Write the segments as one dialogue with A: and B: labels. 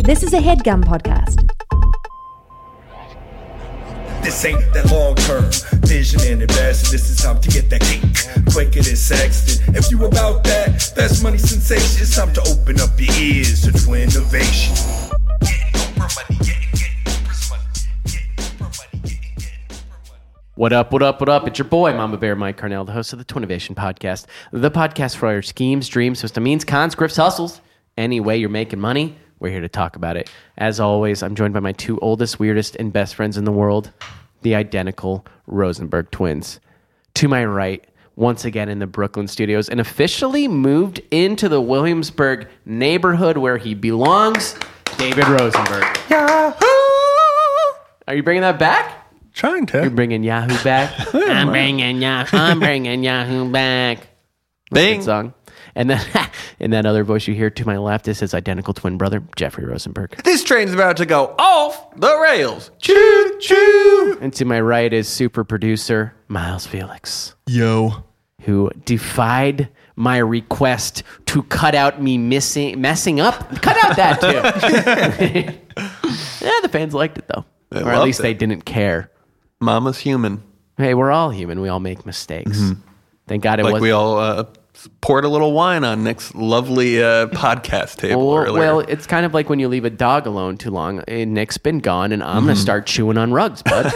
A: This is a headgum podcast.
B: This ain't that long term vision and investing. This is time to get that cake quicker than Sexton. If you about that, that's money sensation. It's time to open up your ears to true innovation. Getting Oprah money, getting, getting Oprah's money, getting Oprah money, getting, getting Oprah money.
C: What up, what up, what up? It's your boy, Mama Bear Mike Carnell, the host of the Twinnovation Podcast, the podcast for all your schemes, dreams, histamines, cons, grips, hustles. Any way you're making money, we're here to talk about it. As always, I'm joined by my two oldest, weirdest, and best friends in the world, the identical Rosenberg twins. To my right, once again in the Brooklyn studios, and officially moved into the Williamsburg neighborhood where he belongs, David Rosenberg. Yahoo! Are you bringing that back?
D: Trying
C: You're
D: to.
C: bringing Yahoo back. I'm bringing Yahoo. I'm bringing Yahoo back. Bing. Good song. And then in that other voice you hear to my left is his identical twin brother, Jeffrey Rosenberg.
D: This train's about to go off the rails. Choo choo.
C: And to my right is super producer, Miles Felix,
D: Yo.
C: who defied my request to cut out me missing, messing up. Cut out that too. yeah, the fans liked it though. or at
D: loved
C: least
D: it.
C: they didn't care.
D: Mama's human.
C: Hey, we're all human. We all make mistakes. Thank God it
D: Mm-hmm. Like
C: was
D: we all uh, poured a little wine on Nick's lovely uh, podcast table
C: Well,
D: earlier.
C: well, it's kind of like when you leave a dog alone too long. Eh, Nick's been gone, and I'm gonna
D: Mm-hmm.
C: start chewing on rugs, bud.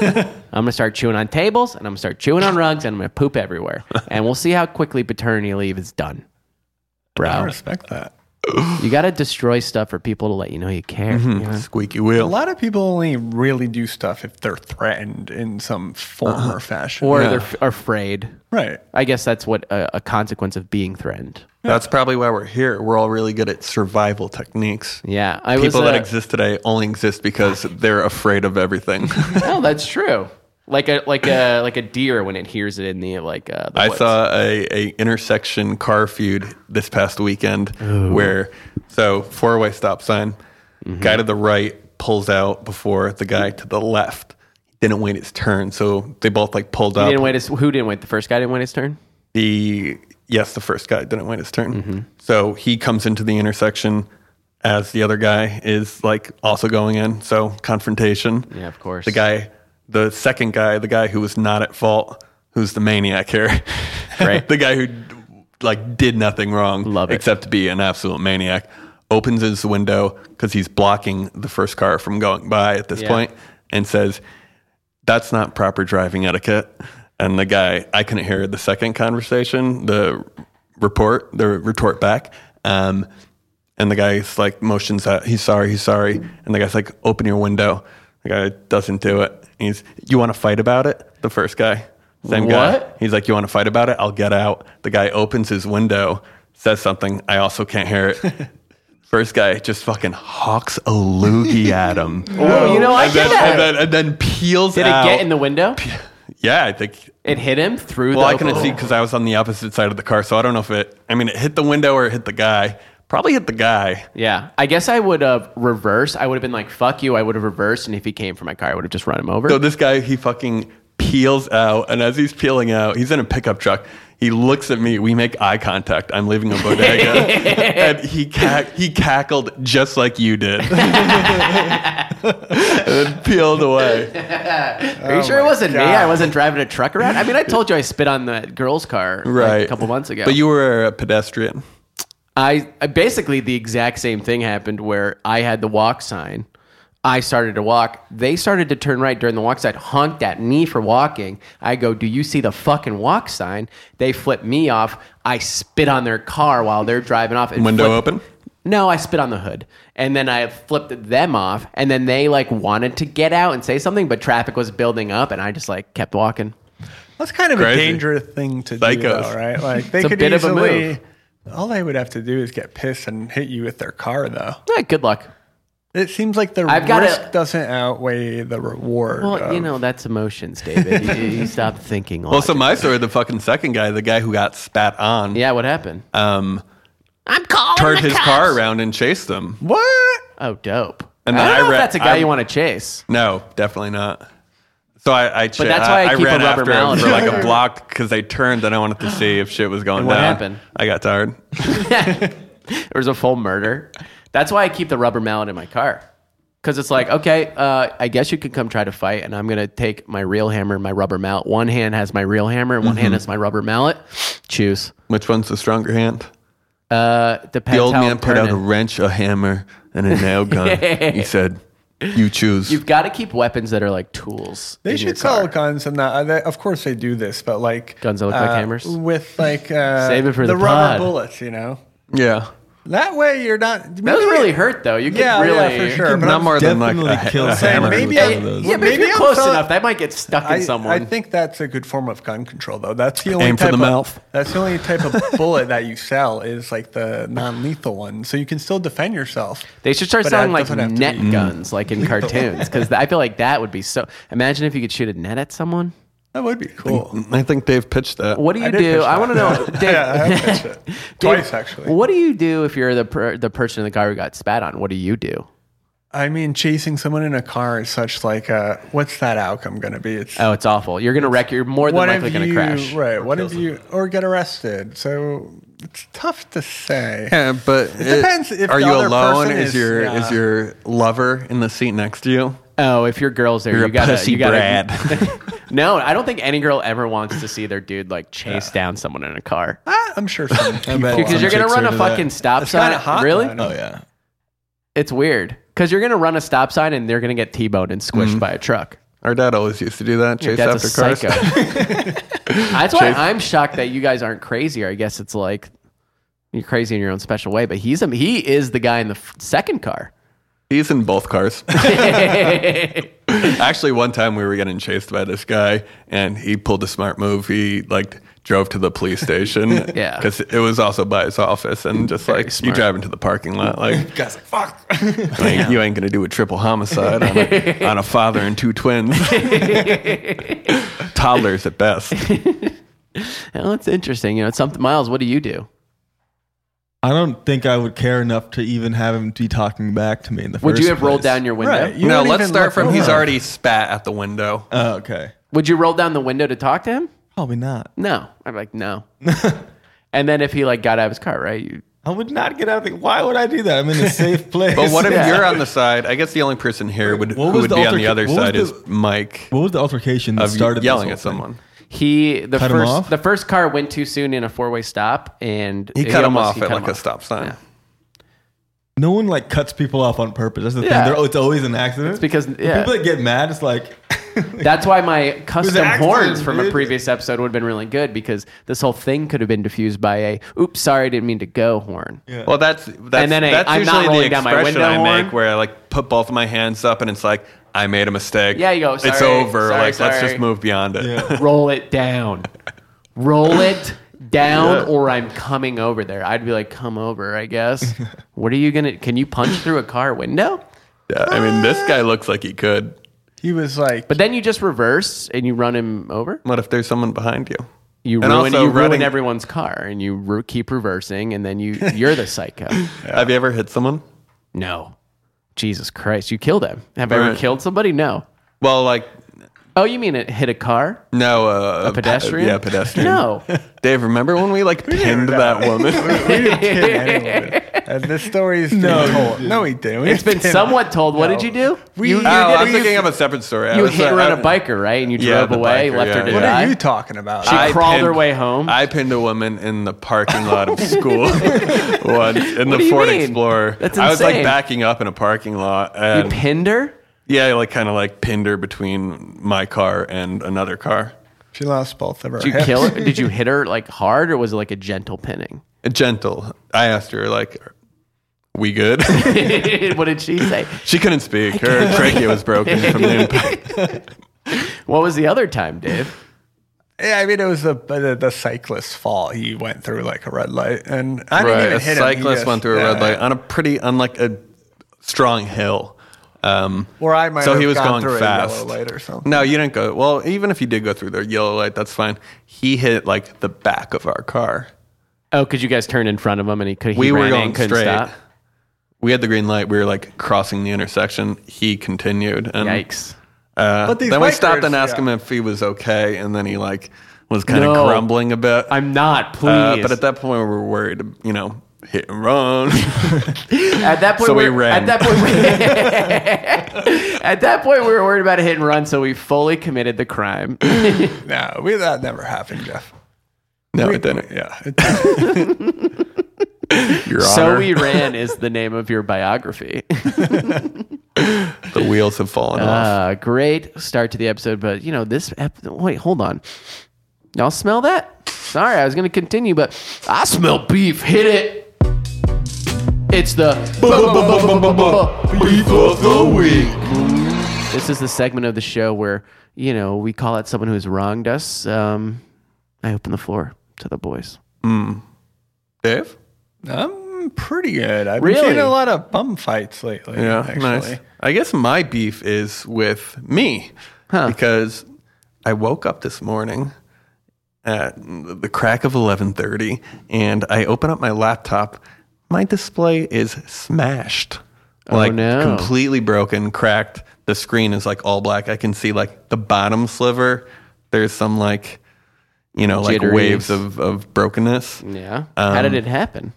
C: I'm gonna start chewing on tables, and I'm gonna start chewing on rugs, and I'm gonna poop everywhere. And we'll see how quickly paternity leave is done,
D: I
C: bro.
D: respect that.
C: You gotta destroy stuff for people to let you know you care.
D: Mm-hmm.
C: you know?
D: Squeaky wheel.
E: A lot of people only really do stuff if they're threatened in some form
C: Uh-huh.
E: or fashion.
C: Or
D: Yeah.
C: they're f- afraid.
E: right.
C: I guess that's what a, a consequence of being threatened.
D: That's probably why we're here. We're all really good at survival techniques.
C: Yeah, I
D: People
C: was,
D: that
C: uh,
D: exist today only exist because they're afraid of everything.
C: Oh, that's true. Like a like a like a deer when it hears it in the like. Uh, the
D: I
C: woods.
D: saw a, a intersection car feud this past weekend where so four way stop sign,
C: Mm-hmm.
D: guy to the right pulls out before the guy to the left. Didn't wait his turn, so they both like pulled
C: He
D: up.
C: didn't wait. His, who didn't wait? The first guy didn't wait his turn.
D: the yes, the first guy didn't wait his turn,
C: Mm-hmm.
D: so he comes into the intersection as the other guy is like also going in. So confrontation.
C: Yeah, of course.
D: The guy, the second guy, the guy who was not at fault, who's the maniac here,
C: Right.
D: the guy who like did nothing wrong,
C: Love it.
D: except be an absolute maniac, opens his window because he's blocking the first car from going by at this
C: Yeah.
D: point and says, "That's not proper driving etiquette." And the guy, I couldn't hear the second conversation, the report, the retort back. Um, and the guy's like motions out, he's sorry, he's sorry. And the guy's like, open your window. The guy doesn't do it. And he's, you want to fight about it? The first guy. Same guy.
C: What?
D: He's like, you want to fight about it? I'll get out. The guy opens his window, says something. I also can't hear it. First guy just fucking hawks a loogie at him.
C: Oh, you know, I
D: and,
C: did
D: then,
C: that.
D: and, then, and then peels
C: Did
D: out.
C: it get in the window?
D: Yeah, I think.
C: It hit him through
D: Well,
C: the
D: I couldn't see because I was on the opposite side of the car, so I don't know if it. I mean, it hit the window or it hit the guy. Probably hit the guy.
C: Yeah. I guess I would have reversed. I would have been like, fuck you. I would have reversed. And if he came for my car, I would have just run him over.
D: So this guy, he fucking peels out, and as he's peeling out, he's in a pickup truck. He looks at me. We make eye contact. I'm leaving a bodega, and he cack he cackled just like you did, and then peeled away.
C: Are you sure it wasn't me? I wasn't driving a truck around? I mean, I told you I spit on that girl's car like,
D: Right,
C: a couple months ago.
D: But you were a pedestrian.
C: I, I basically the exact same thing happened where I had the walk sign. I started to walk. They started to turn right during the walk sign, honked at me for walking. I go, Do you see the fucking walk sign? They flip me off. I spit on their car while they're driving off. and
D: Window
C: flip-
D: open?
C: No, I spit on the hood. And then I flipped them off. And then they like wanted to get out and say something, but traffic was building up. And I just like kept walking.
E: That's kind of
D: Crazy.
E: a dangerous thing to do,
D: Psychos.
E: though, right? Like they
C: It's a
E: could
C: bit of a
E: easily.
C: move.
E: All they would have to do is get pissed and hit you with their car, though.
C: Eh, good luck.
E: It seems like the
C: I've gotta-
E: risk doesn't outweigh the reward.
C: Well, you
E: of-
C: know, that's emotions, David. you, you stop thinking.
D: Well, so my story, the fucking second guy, the guy who got spat on,
C: yeah, Oh what happened?
D: um,
C: I'm calling
D: turned his car around and chased him.
E: what?
C: Oh, dope.
D: And
C: I
D: then
C: don't
D: I
C: know
D: ra-
C: if that's a guy
D: I-
C: you want to chase.
D: No, definitely not. So I, I but
C: that's why I keep a
D: ran
C: rubber
D: after him
C: mallet
D: for like
C: around.
D: a block because I turned and I wanted to see if shit was going
C: what
D: down.
C: happened?
D: I got tired.
C: There was a full murder. That's why I keep the rubber mallet in my car. Because it's like, okay, uh, I guess you could come try to fight, and I'm going to take my real hammer and my rubber mallet. One hand has my real hammer, and one
D: Mm-hmm.
C: hand has my rubber mallet. Choose.
D: Which one's the stronger hand?
C: Uh, depends
D: The old
C: how
D: man put out a
C: pertinent.
D: wrench, a hammer, and a nail gun. He said, "You choose."
C: You've got to keep weapons that are like tools.
E: They
C: in your
E: should sell
C: car.
E: guns and that. uh, They, of course, they do this, but like uh,
C: Guns that look like hammers?
E: with like uh,
C: Save it for the pod.
E: rubber bullets. You know,
D: yeah,
E: that way you're not.
C: That would really hurt, though. You could
E: Yeah, yeah,
C: really.
E: for sure. but
D: not
E: I'm
D: more than like a,
F: definitely
D: ha-
F: kill
D: a
F: someone
D: hammer.
E: with
D: with
E: maybe
D: one
E: I-
D: of those.
C: Yeah, but if
E: Maybe
C: you're
E: I'm
C: close
E: so-
C: enough, that might get stuck in
E: I,
C: someone.
E: I think that's a good form of gun control, though. That's the only
D: Aim for
E: type
D: the
E: of,
D: mouth.
E: That's the only type of bullet that you sell is like the non-lethal one, so you can still defend yourself.
C: They should start
E: But it
C: selling like
E: doesn't have to
C: net
E: be-
C: guns, like in cartoons, because I feel like that would be so. Imagine if you could shoot a net at someone.
E: That would be cool.
D: I think Dave pitched that.
C: What do you
E: did
C: do?
E: pitch
C: I
E: that.
C: want to know. Dave,
E: yeah, I have pitched it
C: Dave,
E: twice actually.
C: What do you do if you're the per, the person in the car who got spat on? What do you do?
E: I mean, chasing someone in a car is such like a what's that outcome going to be? It's
C: Oh, it's awful. You're gonna wreck. You're more than
E: what
C: likely
E: if
C: gonna
E: you
C: crash.
E: right? What if you or get arrested? So it's tough to say.
D: Yeah, but it,
E: depends if
D: are
E: the
D: you
E: other
D: alone?
E: person
D: Is,
E: is-
D: your is
E: yeah.
D: your lover in the seat next to you?
C: Oh, if your girl's there,
D: You're
C: you
D: a
C: gotta.
D: pussy
C: you gotta.
D: Brad.
C: no, I don't think any girl ever wants to see their dude like chase down someone in a car
E: Ah, I'm sure some people.
F: Some
C: because you're gonna
F: chicks
C: run
F: are
C: a
F: into that.
C: fucking stop
E: It's
C: sign.
E: kinda hot,
C: really?
E: though, I know.
F: Oh yeah.
C: It's weird because you're gonna run a stop sign and they're gonna get t-boned and
E: Mm.
C: squished by a truck.
D: Our dad always used to do that. Chase
C: That's a
D: after cars.
C: psycho. That's why I'm shocked that you guys aren't crazier. I guess it's like you're crazy in your own special way, but he's a, he is the guy in the f- second car.
D: He's in both cars. Actually, one time we were getting chased by this guy, and he pulled a smart move. He like drove to the police station.
C: Yeah.
D: because it was also by his office, and just like you
C: smart.
D: drive into the parking lot, like
E: Guys, like, fuck.
D: Like, you ain't gonna do a triple homicide on a, on a father and two twins, toddlers at best.
C: Well, Oh, that's interesting. You know, it's something. Miles, what do you do?
F: I don't think I would care enough to even have him be talking back to me in the
C: Would
F: first
C: you have rolled
F: place.
C: down your window?
E: Right. You
D: no,
E: won't
D: let's
E: even
D: start
E: look
D: from he's
E: over.
D: already spat at the window.
F: Oh, okay.
C: Would you roll down the window to talk to him?
F: Probably not.
C: No, I'm like no. and then if he like got out of his car, right? You,
F: I would not get out of the. Why would I do that? I'm in a safe place.
D: But what if you're on the side? I guess the only person here would
F: What
D: who
F: was
D: would
F: the
D: be on
F: alterca-
D: the other
F: what was
D: side is
F: the-
D: Mike
F: What was the altercation that
D: of
F: started this
D: yelling
F: whole
D: at
F: thing?
D: someone.
C: he the
F: Cut him
C: first
F: off?
C: the first car went too soon in a four way stop, and
D: He cut him
C: almost-
D: off
C: he
D: at
C: cut him
D: like a
C: off.
D: stop sign.
C: Yeah.
F: No one like cuts people off on purpose. That's the
C: Yeah.
F: thing. They're, it's always an accident. It's
C: because- yeah.
F: people that get mad, it's like
C: That's why my custom
F: accident,
C: horns from a
F: dude.
C: previous episode would have been really good because this whole thing could have been diffused by a "Oops, sorry, didn't mean to go" horn.
D: Well, that's that's,
C: And then a,
D: that's
C: "I'm not
D: usually the
C: rolling down my
D: expression
C: window
D: I make,
C: horn.
D: where I like put both of my hands up, and it's like I made a mistake.
C: Yeah, you go,
D: it's
C: "Sorry,
D: over.
C: sorry,
D: like let's
C: sorry."
D: just move beyond it.
F: Yeah.
C: Roll it down, roll it down, or I'm coming over there. I'd be like, "Come over, I guess." what are you gonna? Can you punch through a car window?
D: yeah, I mean, this guy looks like he could.
E: He was like,
C: But then you just reverse and you run him over.
D: What if there's someone behind you?
C: You
D: And
C: ruin,
D: also
C: you ruin
D: running-
C: everyone's car, and you re- keep reversing, and then you you're the psycho.
D: Have you ever hit someone?
C: No, Jesus Christ, you kill them. Have I ever
D: Right.
C: killed somebody? No.
D: Well, like
C: Oh, you mean it hit a car?
D: no, uh, a
C: pedestrian?
D: yeah, pedestrian.
C: No.
D: Dave, remember when we like pinned that woman?
E: uh, "This story's no, told. no, he didn't.
C: It's been somewhat told. What did you do?
E: We-
C: you
E: Oh,
C: you,
D: Oh,
C: did-
D: I'm
C: you-
D: thinking of a separate story. I
C: you
D: was,
C: hit
D: uh,
C: her on
D: I-
C: a biker, right? And you
D: Yeah,
C: drove
D: the
C: away,
D: biker,
C: left
D: yeah,
C: her to
D: yeah.
E: What
C: die.
E: are you talking about?
C: She-
E: I-
C: crawled her way home?
D: I pinned a woman in the parking lot of school once in
C: do
D: the
C: you
D: Ford
C: mean?
D: Explorer.
C: That's
D: I was like
C: insane.
D: backing up in a parking lot,
C: You
D: and
C: pinned her?
D: yeah, I, like kind of like pinned her between my car and another car.
E: she lost both of her.
C: Did you
E: hips.
C: kill her? Did you hit her like hard, or was it like a gentle pinning?
D: Gentle. I asked her like, "We good?"
C: what did she say?
D: she couldn't speak. Her trachea was broken from the impact.
C: What was the other time, Dave?
E: Yeah, I mean, it was the, the the cyclist's fault. He went through like a red light, and I didn't
D: Right,
E: even
D: a
E: hit him. He
D: cyclist
E: just-
D: went through a red
E: yeah.
D: light on a pretty, on like a strong hill. Um,
E: Or I might
D: so
E: have
D: he was
E: gone
D: going
E: through a
D: fast.
E: yellow light or something.
D: No, you didn't go. Well, even if you did go through the yellow light, that's fine. He hit like the back of our car.
C: Oh, because you guys turned in front of him and he could. He
D: We were
C: ran in,
D: going
C: couldn't
D: straight.
C: Stop.
D: We had the green light. We were like crossing the intersection. He continued. And,
C: Yikes!
D: Uh,
E: But these
D: then we
E: bikers,
D: stopped and asked
E: yeah.
D: him if he was okay, and then he like was kind of
C: No.
D: grumbling a bit.
C: I'm not. Please.
D: Uh, but at that point, we were worried. You know, hit and run.
C: At that point,
D: So we
C: were-
D: ran.
C: At that point, we, at that point, we were worried about a hit and run, so we fully committed the crime.
E: No, we, that never happened, Jeff.
D: no, it didn't.
E: Yeah.
D: Your
C: so
D: Honor,
C: we ran is the name of your biography.
D: the wheels have fallen off.
C: Uh, great start to the episode, but you know this. Ep- wait, hold on. Y'all smell that? Sorry, I was going to continue, but I smell beef. Hit it. It's the
D: Beef of the week.
C: This is the segment of the show where, you know, we call out someone who's wronged us. Um, I open the floor to the boys.
D: Dave?
E: I'm pretty good. I've
C: Really?
E: been seeing a lot of bum fights lately.
D: Yeah,
E: actually.
D: nice. I guess my beef is with me because I woke up this morning at the crack of 11:30 and I open up my laptop. My display is smashed. Like
C: Oh, no.
D: completely broken, cracked. The screen is like all black. I can see like the bottom sliver. There's some like you know, like
C: Jitteries.
D: waves of, of brokenness.
C: Yeah. How
D: Um,
C: did it happen?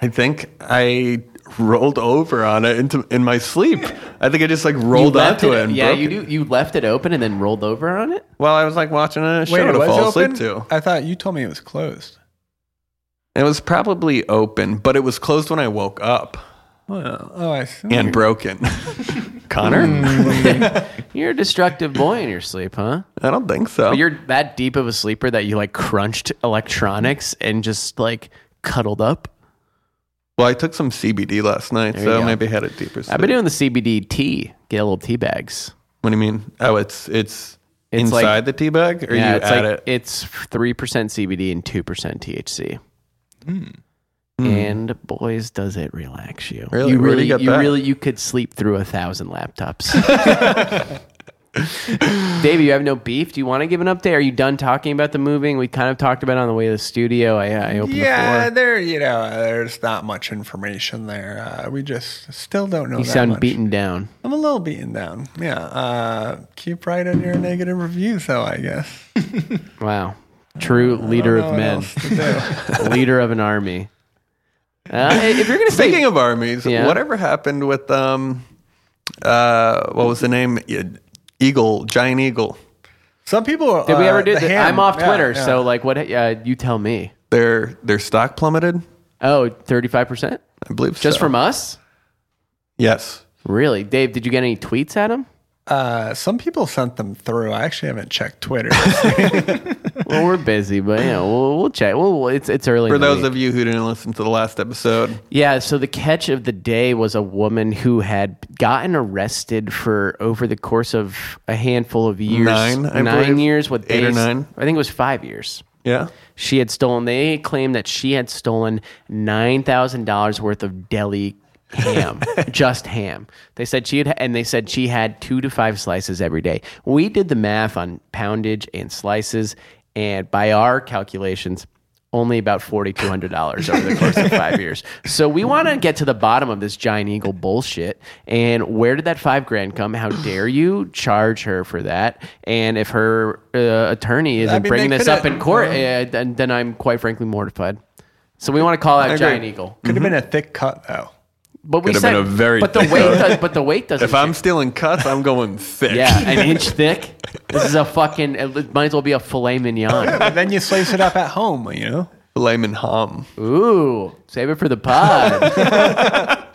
D: I think I rolled over on it into in my sleep. I think I just like rolled
C: left
D: onto it. and
C: yeah,
D: broke
C: you do.
D: it.
C: You left it open and then rolled over on it.
D: Well, I was like watching a show
E: Wait, it
D: to
E: was
D: fall
E: open?
D: asleep to.
E: I thought you told me it was closed.
D: It was probably open, but it was closed when I woke up
E: Well, oh, I see.
D: and broken. Connor,
C: Mm. You're a destructive boy in your sleep, huh?
D: I don't think so.
C: But you're that deep of a sleeper that you like crunched electronics and just like cuddled up.
D: well, I took some CBD last night,
C: you
D: so
C: go.
D: maybe I had a deeper sleep.
C: I've been doing the CBD tea. Get little tea bags.
D: what do you mean? Oh, it's it's,
C: It's like-
D: inside the tea bag, or you
C: it's
D: add
C: like
D: it.
C: it's three percent CBD and two percent THC.
D: Hmm.
C: And boys, does it relax you?
D: Really?
C: You
D: Where do
C: really,
D: you get
C: you
D: that?
C: really, you could sleep through a thousand laptops. Davey, you have no beef. Do you want to give an update? Are you done talking about the moving? We kind of talked about it on the way to the studio. I, I opened
E: Yeah,
C: the floor.
E: there. You know, there's not much information there. Uh, we just still don't know.
C: You
E: that
C: sound
E: much.
C: beaten down.
E: I'm a little beaten down. Yeah. Uh, keep writing your negative reviews, though. I guess.
C: Wow, true
D: Uh,
C: leader
E: Know
C: of
E: what
C: men,
E: else to do.
C: leader of an army. Uh, if you're gonna say
D: Speaking of armies,
C: Yeah.
D: whatever happened with um, uh, what was the name? Eagle, giant eagle.
E: Some people.
C: Did we
E: uh,
C: ever do
E: the
C: that?
E: ham-
C: I'm off
E: yeah,
C: Twitter,
E: yeah.
C: so like, what? Uh, you tell me.
D: Their their stock plummeted.
C: Oh, 35 percent
D: I believe
C: just
D: so.
C: from us.
D: yes.
C: Really, Dave? Did you get any tweets at him?
E: Uh, some people sent them through. I actually haven't checked Twitter.
C: Well, we're busy, but yeah, we'll, we'll check. Well, we'll- it's it's early.
D: For
C: in the
D: those
C: week.
D: of you who didn't listen to the last episode,
C: yeah. So the catch of the day was a woman who had gotten arrested for over the course of a handful of years,
D: Nine, I believe.
C: years. What
D: Eight or
C: days-
D: nine.
C: I think it was five years.
D: yeah,
C: She had stolen. They claimed that she had stolen nine thousand dollars worth of deli ham, just ham. They said she had, and they said she had two to five slices every day. We did the math on poundage and slices, and by our calculations. Only about forty-two hundred dollars over the course of five years. So we want to get to the bottom of this giant eagle bullshit. And where did that five grand come? How dare you charge her for that? And if her uh, attorney isn't
E: mean,
C: bringing
E: they
C: this
E: coulda-
C: up in court, yeah, then, then I'm quite frankly mortified. So we want to call out Giant Eagle,
E: Could have been a thick cut though.
C: but we
D: Could have
C: said
D: been a very
C: but the weight,
D: thick cut.
C: does, but the weight doesn't.
D: if I'm
C: change.
D: stealing cuts, I'm going thick.
C: yeah, an inch thick, this is a fucking. It might as well be a filet mignon.
E: And then you slice it up at home. You know.
D: Layman hum.
C: Ooh, save it for the pod.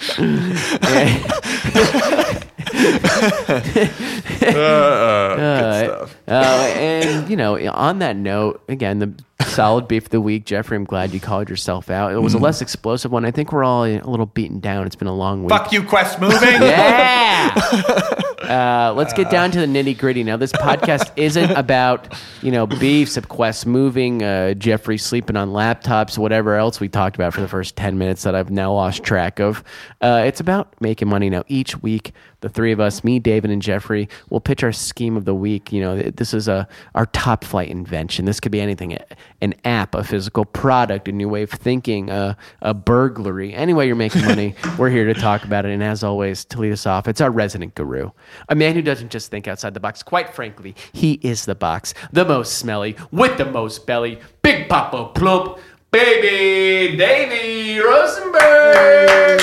C: Uh, uh, and you know, on that note, again, the solid beef of the week, Jeffrey. I'm glad you called yourself out. It was a less explosive one. I think we're all a little beaten down. It's been a long week.
E: Fuck you, Quest moving.
C: Yeah. uh, let's get down to the nitty gritty. Now, this podcast isn't about you know beefs, quests, moving, uh, Jeffrey sleeping on laptops, whatever else we talked about for the first ten minutes that I've now lost track of. Uh, it's about making money. Now, each week, the three of us, me, David, and Jeffrey, will pitch our scheme of the week. You know, th- this is a our top flight invention. This could be anything: a- an app, a physical product, a new way of thinking, a, a burglary. Any way you're making money, we're here to talk about it. And as always, to lead us off, it's our resident guru, a man who doesn't just think outside the box. Quite frankly, he is the box, the most smelly, with the most belly, Big Papa Plump, baby Davey Rosenberg.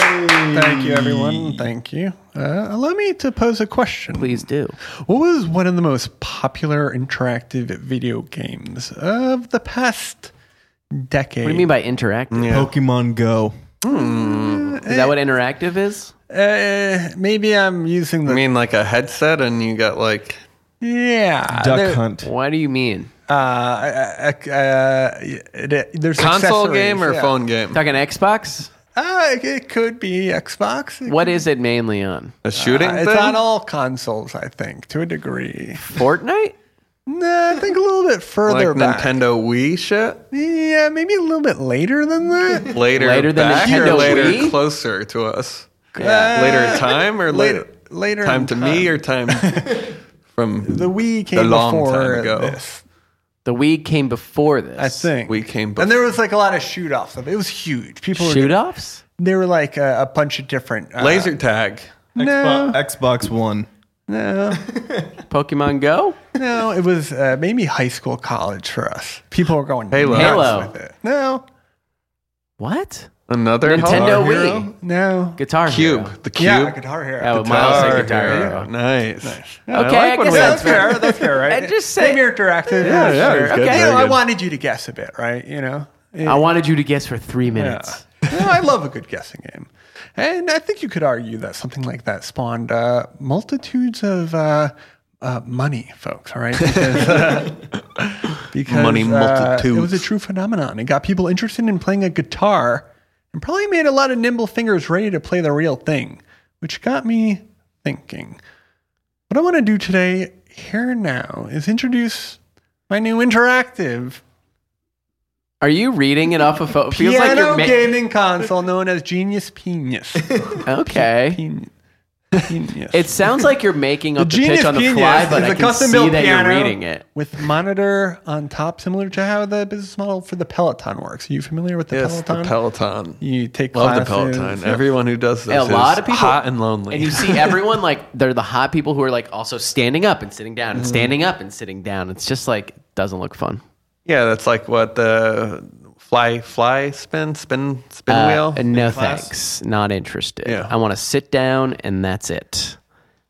E: Thank you, everyone. Thank you. Uh, allow me to pose a question.
C: Please do.
E: What was one of the most popular interactive video games of the past decade?
C: What do you mean by interactive?
F: Pokemon Go.
C: Is that what interactive is?
E: Uh, maybe I'm using the.
D: I mean, like a headset, and you got like
E: yeah.
F: Duck
E: there-
F: Hunt.
C: What do you mean?
E: Uh, uh, uh, uh, it- there's
D: console
E: accessories,
D: game or
E: yeah.
D: phone game.
C: Talking Xbox?
E: Uh, it- it could be Xbox. It
C: What is it mainly on?
D: A shooting.
E: Uh, it's
D: thing?
E: on all consoles, I think, to a degree.
C: Fortnite?
E: Nah, I think a little bit
D: like
E: further back.
D: Nintendo Wii shit.
E: Yeah, maybe a little bit later than that.
D: Later,
C: Later than
D: back
C: Nintendo
D: or later
C: Wii?
D: closer to us. later time or later
E: Later, later
D: time
E: in
D: to me or time from
E: the Wii came
D: A long
E: before
D: time ago.
E: this,
C: The Wii came before this.
E: I think.
D: we came. Before.
E: and there was like a lot of shoot offs of it. It was huge. People
C: Shoot
E: were
C: offs?
E: there were like a, a bunch of different uh,
D: laser tag.
E: No.
F: Xbox, Xbox One.
E: No,
C: Pokemon Go?
E: no, it was uh, maybe high school, college for us. People were going
D: Halo.
E: nuts
C: Halo.
E: with it. No,
C: What?
D: Another
C: Nintendo
D: Guitar
C: Wii.
D: Hero?
E: no.
C: Guitar
D: Cube.
C: Hero.
D: The cube.
E: Yeah, guitar hero.
C: Oh, Miles said
D: Guitar
C: Guitar
D: Hero.
C: Hero.
D: Nice.
C: Okay, I,
D: like when
C: guess
D: we-
E: That's
C: that's fair.
E: fair. That's fair, right?
C: I just said-
E: maybe interactive.
D: Yeah, yeah,
E: sure.
D: it's good,
E: Okay,
D: very
E: you know, I
D: good.
E: wanted you to guess a bit, right? You know,
C: I wanted you to guess for three minutes.
E: no, I love a good guessing game. And I think you could argue that something like that spawned uh, multitudes of uh, uh, money, folks, all right? Because, uh, because,
D: Money
E: uh,
D: multitudes.
E: it was a true phenomenon. It got people interested in playing a guitar and probably made a lot of nimble fingers ready to play the real thing, which got me thinking. What I want to do today, here and now, is introduce my new interactive
C: Are you reading it off a photo? Feels like
E: piano
C: you're ma-
E: gaming console known as Genius Penis.
C: Okay.
E: Pen- Penis.
C: It sounds like you're making up the,
E: Genius
C: pitch on the
E: Penis
C: fly, but
E: is
C: I can
E: a
C: see
E: custom-built
C: that you're
E: piano
C: reading it.
E: with monitor on top, similar to how the business model for the Peloton works. Are you familiar with the
D: Yes,
E: Peloton?
D: the Peloton.
E: you take
D: Love the
E: classes.
D: Peloton. Everyone who does this
C: a lot
D: is
C: of people
D: hot and lonely.
C: and you see everyone like they're the hot people who are like also standing up and sitting down
D: Mm-hmm.
C: and standing up and sitting down it's just like doesn't look fun
D: yeah, that's like what the fly fly spin spin spin
C: Uh,
D: wheel.
C: and no
D: in class?
C: thanks not interested
D: Yeah.
C: i want to sit down and that's it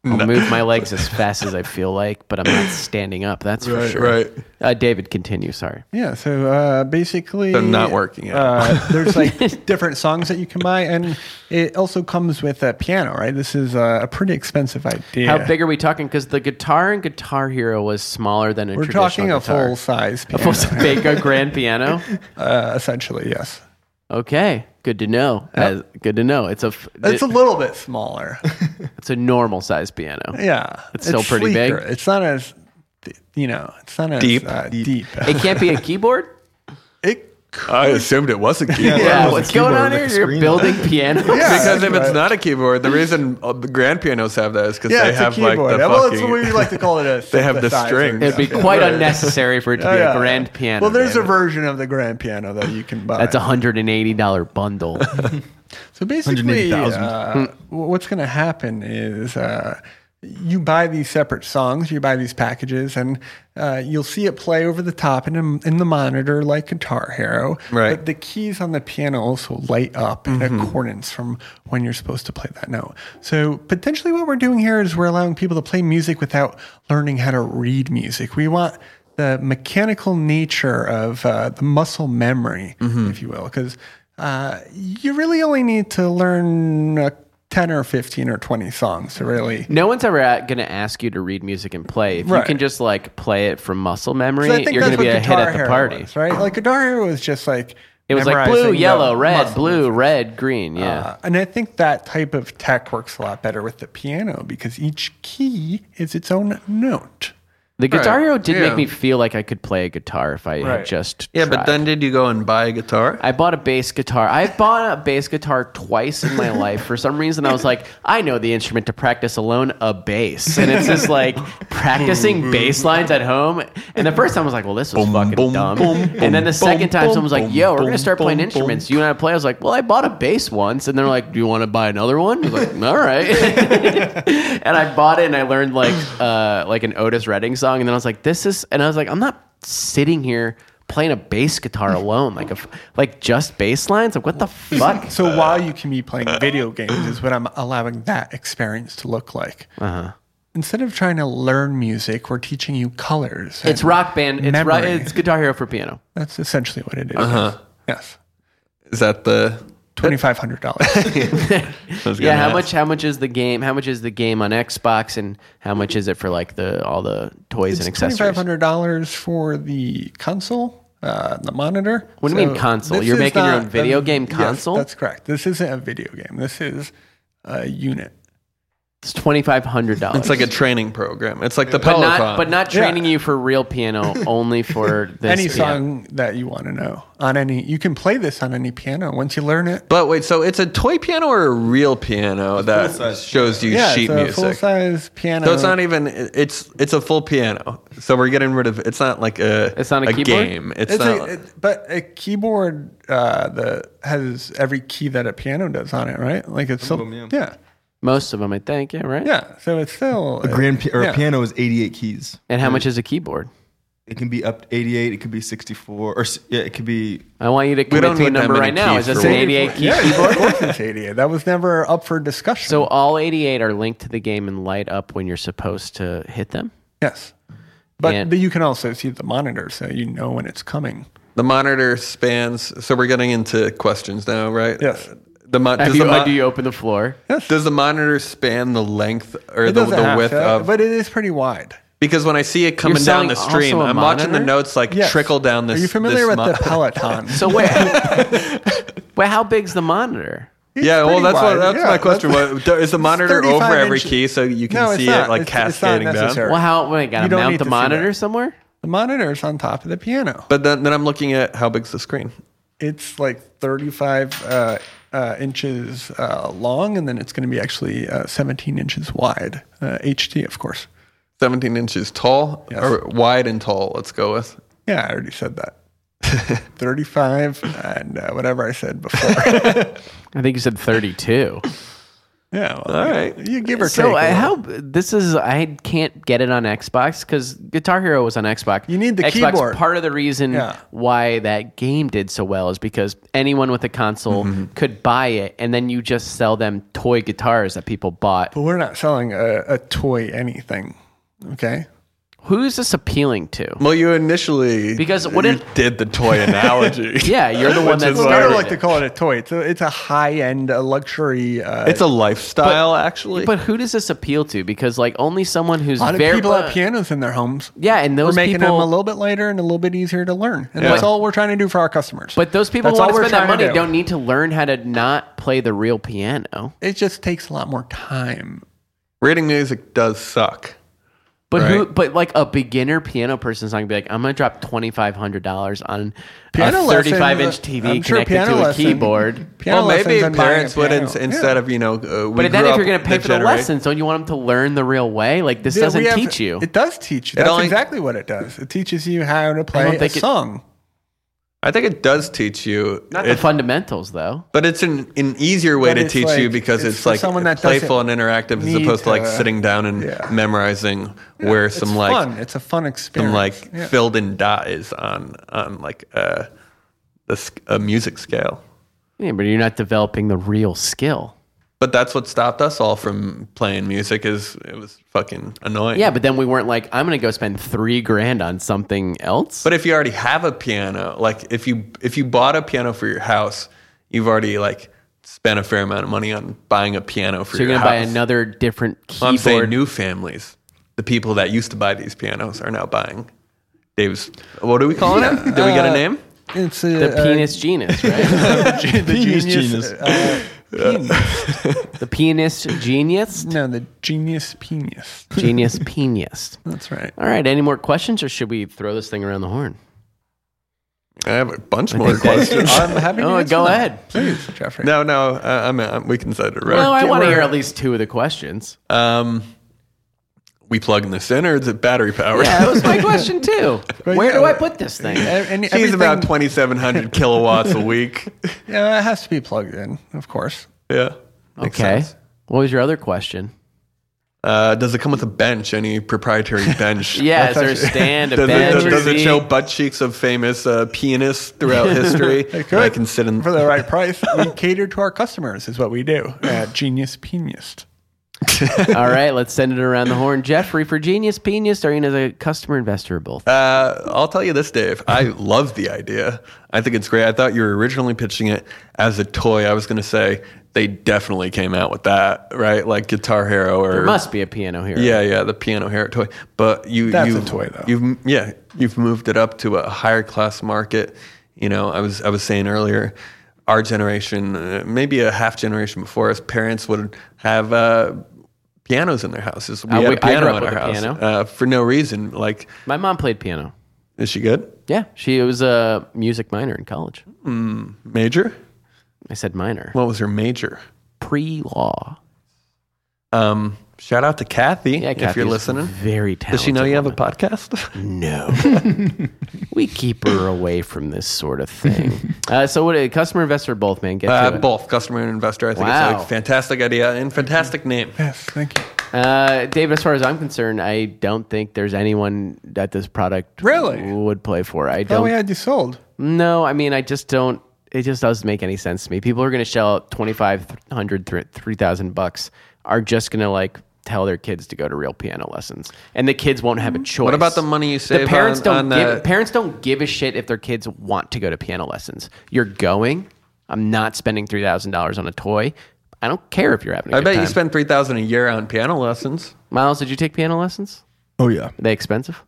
C: I'll move my legs as fast as I feel like, but I'm not standing up. That's for
D: Right,
C: sure.
D: right.
C: Uh, David, continue. Sorry.
E: Yeah, so uh, basically,
D: They're not working out.
E: Uh, there's like different songs that you can buy, and it also comes with a piano, right? This is uh, a pretty expensive idea.
C: How big are we talking? Because the guitar in Guitar Hero was smaller than a
E: We're
C: traditional
E: talking a
C: guitar.
E: full size
C: a
E: piano,
C: full big a grand piano.
E: uh, essentially. Yes,
C: Okay, good to know. Uh, good to know. It's a f-
E: it's a little bit smaller.
C: It's a normal size piano.
E: Yeah,
C: It's still pretty big.
E: It's not as you know, it's not as
D: Deep.
E: deep. Uh, deep.
C: It can't be a keyboard.
E: It-
D: I assumed it was a keyboard.
F: Yeah, it was a
C: what's going on
F: keyboard with
C: here?
F: a
C: You're
F: screen
C: building pianos.
E: Yeah.
D: Because if it's
E: right.
D: not a keyboard, the reason all the grand pianos have that is because
E: yeah,
D: they
E: it's
D: have
E: a keyboard.
D: like the
E: well, it's
D: fucking.
E: what we like to call it. A
D: They have the
E: synthesizer.
D: string.
C: It'd be
E: Yeah. Oh,
C: quite unnecessary for it to be
E: Yeah.
C: a grand piano.
E: Well, there's a
C: damn it.
E: version of the grand piano that you can buy.
C: that's a hundred and eighty dollar bundle.
E: so basically,
F: 180,000.
E: uh, what's going to happen is. Uh, you buy these separate songs, you buy these packages, and uh, you'll see it play over the top in, a, in the monitor like Guitar Hero.
D: Right.
E: But the keys on the piano also light up in
C: Mm-hmm.
E: accordance from when you're supposed to play that note. So potentially what we're doing here is we're allowing people to play music without learning how to read music. We want the mechanical nature of uh, the muscle memory,
C: Mm-hmm.
E: if you will, because uh, you really only need to learn uh, 10 or 15 or 20 songs to really
C: no one's ever going to ask you to read music and play. If you
E: Right.
C: can just like play it from muscle memory,
E: 'Cause I think
C: you're going to
E: that's
C: be
E: what
C: a hit
E: Guitar
C: at the
E: Hero
C: party.
E: was, right? Like Guitar Hero was just like
C: It was like blue,
E: memorizing the
C: yellow, red,
E: muscle
C: blue, red, green. Yeah.
E: Uh, and I think that type of tech works a lot better with the piano because each key is its own note.
C: the Guitar
D: right,
C: Hero did
D: yeah.
C: make me feel like I could play a guitar if I had
E: Right.
C: just
D: yeah, but
C: tried.
D: then did you go and buy a guitar?
C: I bought a bass guitar. I bought a bass guitar twice in my life. For some reason, I was like, I know the instrument to practice alone, a bass. And it's just like practicing bass lines at home. And the first time I was like, well, this was fucking
D: boom,
C: dumb.
D: boom,
C: and then the
D: boom,
C: second time,
D: boom,
C: someone was like,
D: boom,
C: yo, we're going to
D: boom,
C: start playing
D: boom,
C: instruments. You and I play. I was like, well, I bought a bass once. And they're like, do you want to buy another one? I was like, all right. and I bought it and I learned like, uh, like an Otis Redding song. And then I was like, this is, and I was like, I'm not sitting here playing a bass guitar alone, like a f- like just bass lines. Like what the fuck?
E: So while you can be playing video games is what I'm allowing that experience to look like. Uh-huh. Instead of trying to learn music, we're teaching you colors.
C: It's
E: and
C: rock band. It's ro-
E: memory.
C: it's Uh-huh. Guitar Hero for piano.
E: That's essentially what it is. Yes.
D: Is that the?
E: Twenty five hundred dollars.
D: I was
C: Yeah,
D: gonna
C: how
D: ask.
C: much? How much is the game? How much is the game on Xbox, and how much is it for like the all the toys and
E: Twenty five
C: accessories?
E: hundred dollars for the console, uh, the monitor.
C: What do you mean console?
E: this
C: You're
E: is
C: making your
E: not
C: own video game
E: yes,
C: console?
E: that's correct. This isn't a video game. This is a unit.
C: It's twenty five hundred dollars.
D: It's like a training program. It's like the
C: but
D: Peloton.
C: not but not
E: Yeah.
C: training you for real piano, only for this
E: any
C: piano.
E: song that you want to know on any. You can play this on any piano once you learn it.
D: But wait, so it's a toy piano or a real piano that
F: full-size
D: shows you
E: Yeah,
D: sheet
E: it's a full
D: music?
E: size piano.
D: So it's not even it's it's a full piano. So we're getting rid of it's not like a
C: It's not a keyboard?
D: game. It's,
E: It's
D: not
E: a, it- but a keyboard uh, that has every key that a piano does on it, right? Like it's still,
F: of 'em,
E: yeah,
C: Most of them, I think. Yeah, right.
E: yeah. So it's still
F: A grand pi- or
E: yeah.
F: a piano is 88 keys.
C: And how much is a keyboard?
F: It can be up to 88. It could be 64. Or s- yeah, it could be.
C: I want you to commit
D: don't
C: to a
D: need that
C: number
D: many
C: right now.
D: keys
C: Is this
D: for
C: an
D: one.
C: eighty-eight key?
E: Yeah, of course it's 88. That was never up for discussion.
C: So all eighty-eight are linked to the game and light up when you're supposed to hit them.
E: yes, but
C: And-
E: the- you can also see the monitor, so you know when it's coming.
D: the monitor spans. So we're getting into questions now, right?
E: Yes.
D: The mon
C: Have
D: does,
C: you,
D: the mon-
C: do you open the floor?
D: does the monitor span the length or
E: It
D: the,
E: doesn't
D: the
E: have
D: width
E: to,
D: of?
E: but it is pretty wide.
D: because when I see it coming down
C: selling
D: the stream,
C: also a
D: I'm watching the
C: monitor?
D: notes like
E: Yes.
D: trickle down this.
E: Are you familiar
D: this
E: with
D: mon-
E: the Peloton?
C: So wait, wait, how big's the monitor?
D: Yeah, well,
E: pretty
D: that's what
E: wide.
D: that's
E: Yeah,
D: my question. What, is the monitor
E: 35
D: over every
E: inches.
D: key so you can
E: No, it's
D: see
E: not.
D: it like
E: It's- it's not
D: cascading down?
E: necessary.
C: Well, how? Wait, gotta
E: You don't
C: mount
E: need
C: the
E: to see
C: monitor
E: that.
C: somewhere.
E: the monitor's on top of the piano.
D: But then, then I'm looking at how big's the screen.
E: it's like 35 uh, uh, inches uh, long, and then it's going to be actually uh, 17 inches wide. Uh, HD, of course.
D: 17 inches tall or wide and tall. Let's go with.
E: Yeah, I already said that. 35 and uh, whatever I said before.
C: I think you said thirty-two.
E: yeah, well,
D: All
E: you-
D: right.
E: You give or take.
C: So
E: a
C: I,
E: little.
C: how this is? I can't get it on Xbox because Guitar Hero was on Xbox.
E: You need the
C: Xbox,
E: keyboard.
C: Part of the reason
E: Yeah.
C: why that game did so well is because anyone with a console
E: Mm-hmm.
C: could buy it, and then you just sell them toy guitars that people bought.
E: But we're not selling a, a toy anything. Okay.
C: Who's this appealing to?
D: Well, you initially
C: Because what
D: you
C: it-
D: did the toy analogy.
C: Yeah, you're the one
D: Which
C: that
D: is why-
E: I
C: started.
E: don't like
C: it.
E: to call it a toy. It's a, it's a high end, a luxury. Uh,
D: It's a lifestyle, actually.
C: But who does this appeal to? Because like only someone who's
E: a lot of
C: very
E: people
C: uh,
E: have pianos in their homes.
C: Yeah, and
E: We're
C: those
E: making
C: people
E: them a little bit lighter and a little bit easier to learn. And
D: Yeah.
E: that's all we're trying to do for our customers.
C: But those people who
E: That's all
C: want to
E: we're
C: spend that
E: trying to
C: money
E: do.
C: don't need to learn how to not play the real piano.
E: it just takes a lot more time.
D: Reading music does suck.
C: But who?
D: Right.
C: But like a beginner piano person's not gonna be like, I'm gonna drop twenty five hundred dollars on
E: Piano
C: a
E: lessons,
C: thirty five inch
E: uh,
C: TV
E: I'm sure
C: connected to
E: piano
C: a
E: lesson-
C: keyboard.
E: Piano
D: well, maybe
E: lessons and buying a
D: parents would
E: piano.
D: ins- instead
E: Yeah.
D: of you know. Uh, we
C: But then
D: grew
C: if you're
D: up
C: gonna pay
D: the
C: for the
D: generation-
C: lessons, don't you want them to learn the real way? Like this
E: Yeah, we
C: doesn't
E: have-
C: teach you.
E: It does teach you. That's
D: only-
E: exactly what it does. It teaches you how to play a
C: think it-
E: song.
D: I think it does teach you.
C: not
D: it-
C: the fundamentals though.
D: But it's an, an easier way
E: But
D: to
E: it's
D: teach
E: like-
D: you because
E: it's
D: it's,
E: for
D: like
E: someone that
D: playful and
E: doesn't
D: interactive as
E: need
D: opposed to like
E: to- uh,
D: sitting down and
E: Yeah.
D: memorizing where
E: It's
D: some like
E: fun. It's a fun
D: some
E: experience.
D: like
E: Yeah.
D: filled in dot is on on like uh, a, sc- a music scale.
C: Yeah, but you're not developing the real skill.
D: But that's what stopped us all from playing music. Is it was fucking annoying.
C: Yeah, but then we weren't like, I'm gonna go spend three grand on something else.
D: But if you already have a piano, like if you if you bought a piano for your house, you've already like spent a fair amount of money on buying a piano for
C: so you're
D: your
C: gonna
D: house.
C: buy another different
D: Well, I'm saying
C: keyboard.
D: new families. The people that used to buy these pianos are now buying. Dave's. What are we calling it? Did we get a name?
E: It's a,
C: the penis genus, right?
E: Uh, the
F: Penis
E: genius.
F: genius.
E: uh, penis.
C: the penis genius,
E: No, the genius penis.
C: genius penis.
E: That's right.
C: All right. Any more questions, or should we throw this thing around the horn?
D: I have a bunch more questions.
E: I'm happy. to
C: Oh,
E: answer
C: go
E: them.
C: ahead.
E: please, Jeffrey.
D: no, no, uh, I'm, i we can set it right.
C: No, I
E: get
C: want to
E: rid
C: hear
E: of
C: at least two of the questions.
D: um, we plugging this in, or is it battery powered?
C: Yeah, that was my question too. Where do
E: yeah,
C: I put this thing?
E: And- and
D: She's about
E: E-, everything-
D: 2,700 kilowatts a week.
E: Yeah, it has to be plugged in, of course.
D: Yeah. Makes
C: Okay.
D: sense.
C: What was your other question?
D: Uh, does it come with a bench? Any proprietary bench?
C: Yeah, is there a
E: actually-
C: stand, a
D: does,
C: bench,
D: it, does,
C: a
D: does it
C: seat?
D: show butt cheeks of famous uh, pianists throughout history? And I can sit in.
E: for the right price. we cater to our customers, is what we do. At Genius Pianist.
C: All right, let's send it around the horn. Jeffrey, for Genius Penius, are you as a customer, investor, or both?
D: Uh, I'll tell you this, Dave. I love the idea. I think it's great. I thought you were originally pitching it as a toy. I was going to say they definitely came out with that, right? Like Guitar Hero or
C: there must be a piano here.
D: Yeah, yeah, the piano hair toy. But you,
E: That's a
D: you've,
E: toy, though.
D: You've yeah, you've moved it up to a higher class market. You know, I was I was saying earlier, our generation, uh, maybe a half generation before us, parents would have uh, pianos in their houses. We
C: Uh,
D: had
C: we-
D: a
C: I grew
D: piano
C: up
D: in our
C: with a
D: house
C: piano.
D: Uh, for no reason. Like,
C: My mom played piano.
D: is she good?
C: Yeah, she was a music minor in college.
D: Major?
C: I said minor.
D: What was her major?
C: Pre law.
D: Um, shout out to Kathy
C: Yeah,
D: if you're
C: Kathy's
D: listening.
C: Very talented.
D: Does she know you have a
C: woman.
D: podcast?
C: No. we keep her away from this sort of thing. Uh, so, what a customer, investor, or both, man? Get to
D: Uh,
C: it.
D: both customer and investor. I think
C: Wow.
D: it's a fantastic idea and fantastic name.
E: Yes, thank you.
C: Uh, David, as far as I'm concerned, I don't think there's anyone that this product
E: Really?
C: would play for.
D: Oh,
C: I
E: Thought
C: don't.
E: we had you sold.
C: No, I mean, I just don't. It just doesn't make any sense to me. People are going to shell out 2500 thr- 3000 bucks are just going to like tell their kids to go to real piano lessons. And the kids won't have a choice.
D: What about the money you save
C: The parents
D: on-
C: don't
D: on
C: give
D: the-
C: parents don't give a shit if their kids want to go to piano lessons. You're going. I'm not spending $3000 on a toy. I don't care if you're having a
D: I
C: good
D: bet you
C: time.
D: spend three thousand a year on piano lessons.
C: Miles, did you take piano lessons?
F: Oh yeah.
C: Are they expensive?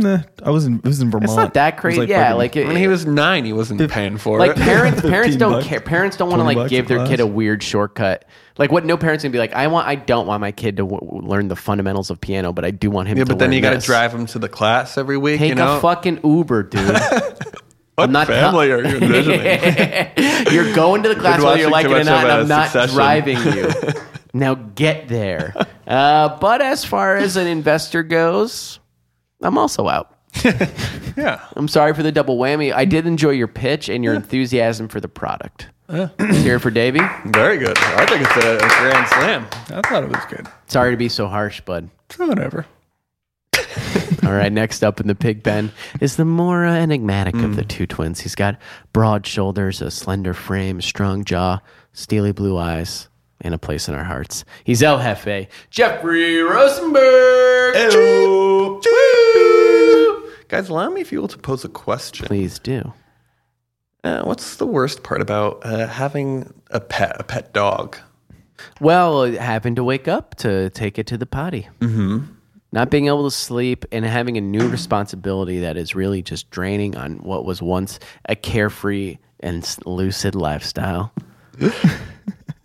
F: Nah, I was in. It was in Vermont.
C: It's not that
F: It was,
C: crazy. yeah,
F: fucking-
C: like
D: When he was nine, he wasn't paying for
C: like
D: it.
C: parents parents
F: 15
C: don't
F: bucks.
C: care parents don't want to
F: 20
C: like
F: bucks
C: give
F: a
C: their
F: class.
C: kid a weird shortcut like what no parents gonna be like i want i don't want my kid to w- w- learn the fundamentals of piano but i do want him
D: Yeah,
C: to
D: but then
C: learn
D: you got to
C: this."
D: drive him to the class every week.
C: take
D: you know,
C: a fucking uber dude
D: what
C: I'm not-
D: family are you envisioning?
C: you're going to the class whether you're
D: watching
C: liking it
D: too
C: or not
D: much
C: and
D: of,
C: i'm
D: uh,
C: not
D: Succession.
C: driving you now get there uh, but as far as an investor goes i'm also out
E: Yeah.
C: I'm sorry for the double whammy. I did enjoy your pitch and your enthusiasm for the product.
D: Uh.
C: Here for Davey.
D: Very good. I think it's a, a grand slam.
E: I thought it was good.
C: Sorry to be so harsh, bud.
E: So whatever.
C: All right, next up in the pig pen is the more uh, enigmatic
D: Hmm.
C: of the two twins. He's got broad shoulders, a slender frame, strong jaw, steely blue eyes, and a place in our hearts. He's El Jefe, Jeffrey Rosenberg.
D: Hello. Choo. Guys, allow me, if you will, to pose a question.
C: Please do.
D: Uh, what's the worst part about uh, having a pet, a pet dog?
C: Well, having to wake up to take it to the potty. Mm-hmm. Not being able to sleep and having a new responsibility that is really just draining on what was once a carefree and s- lucid lifestyle.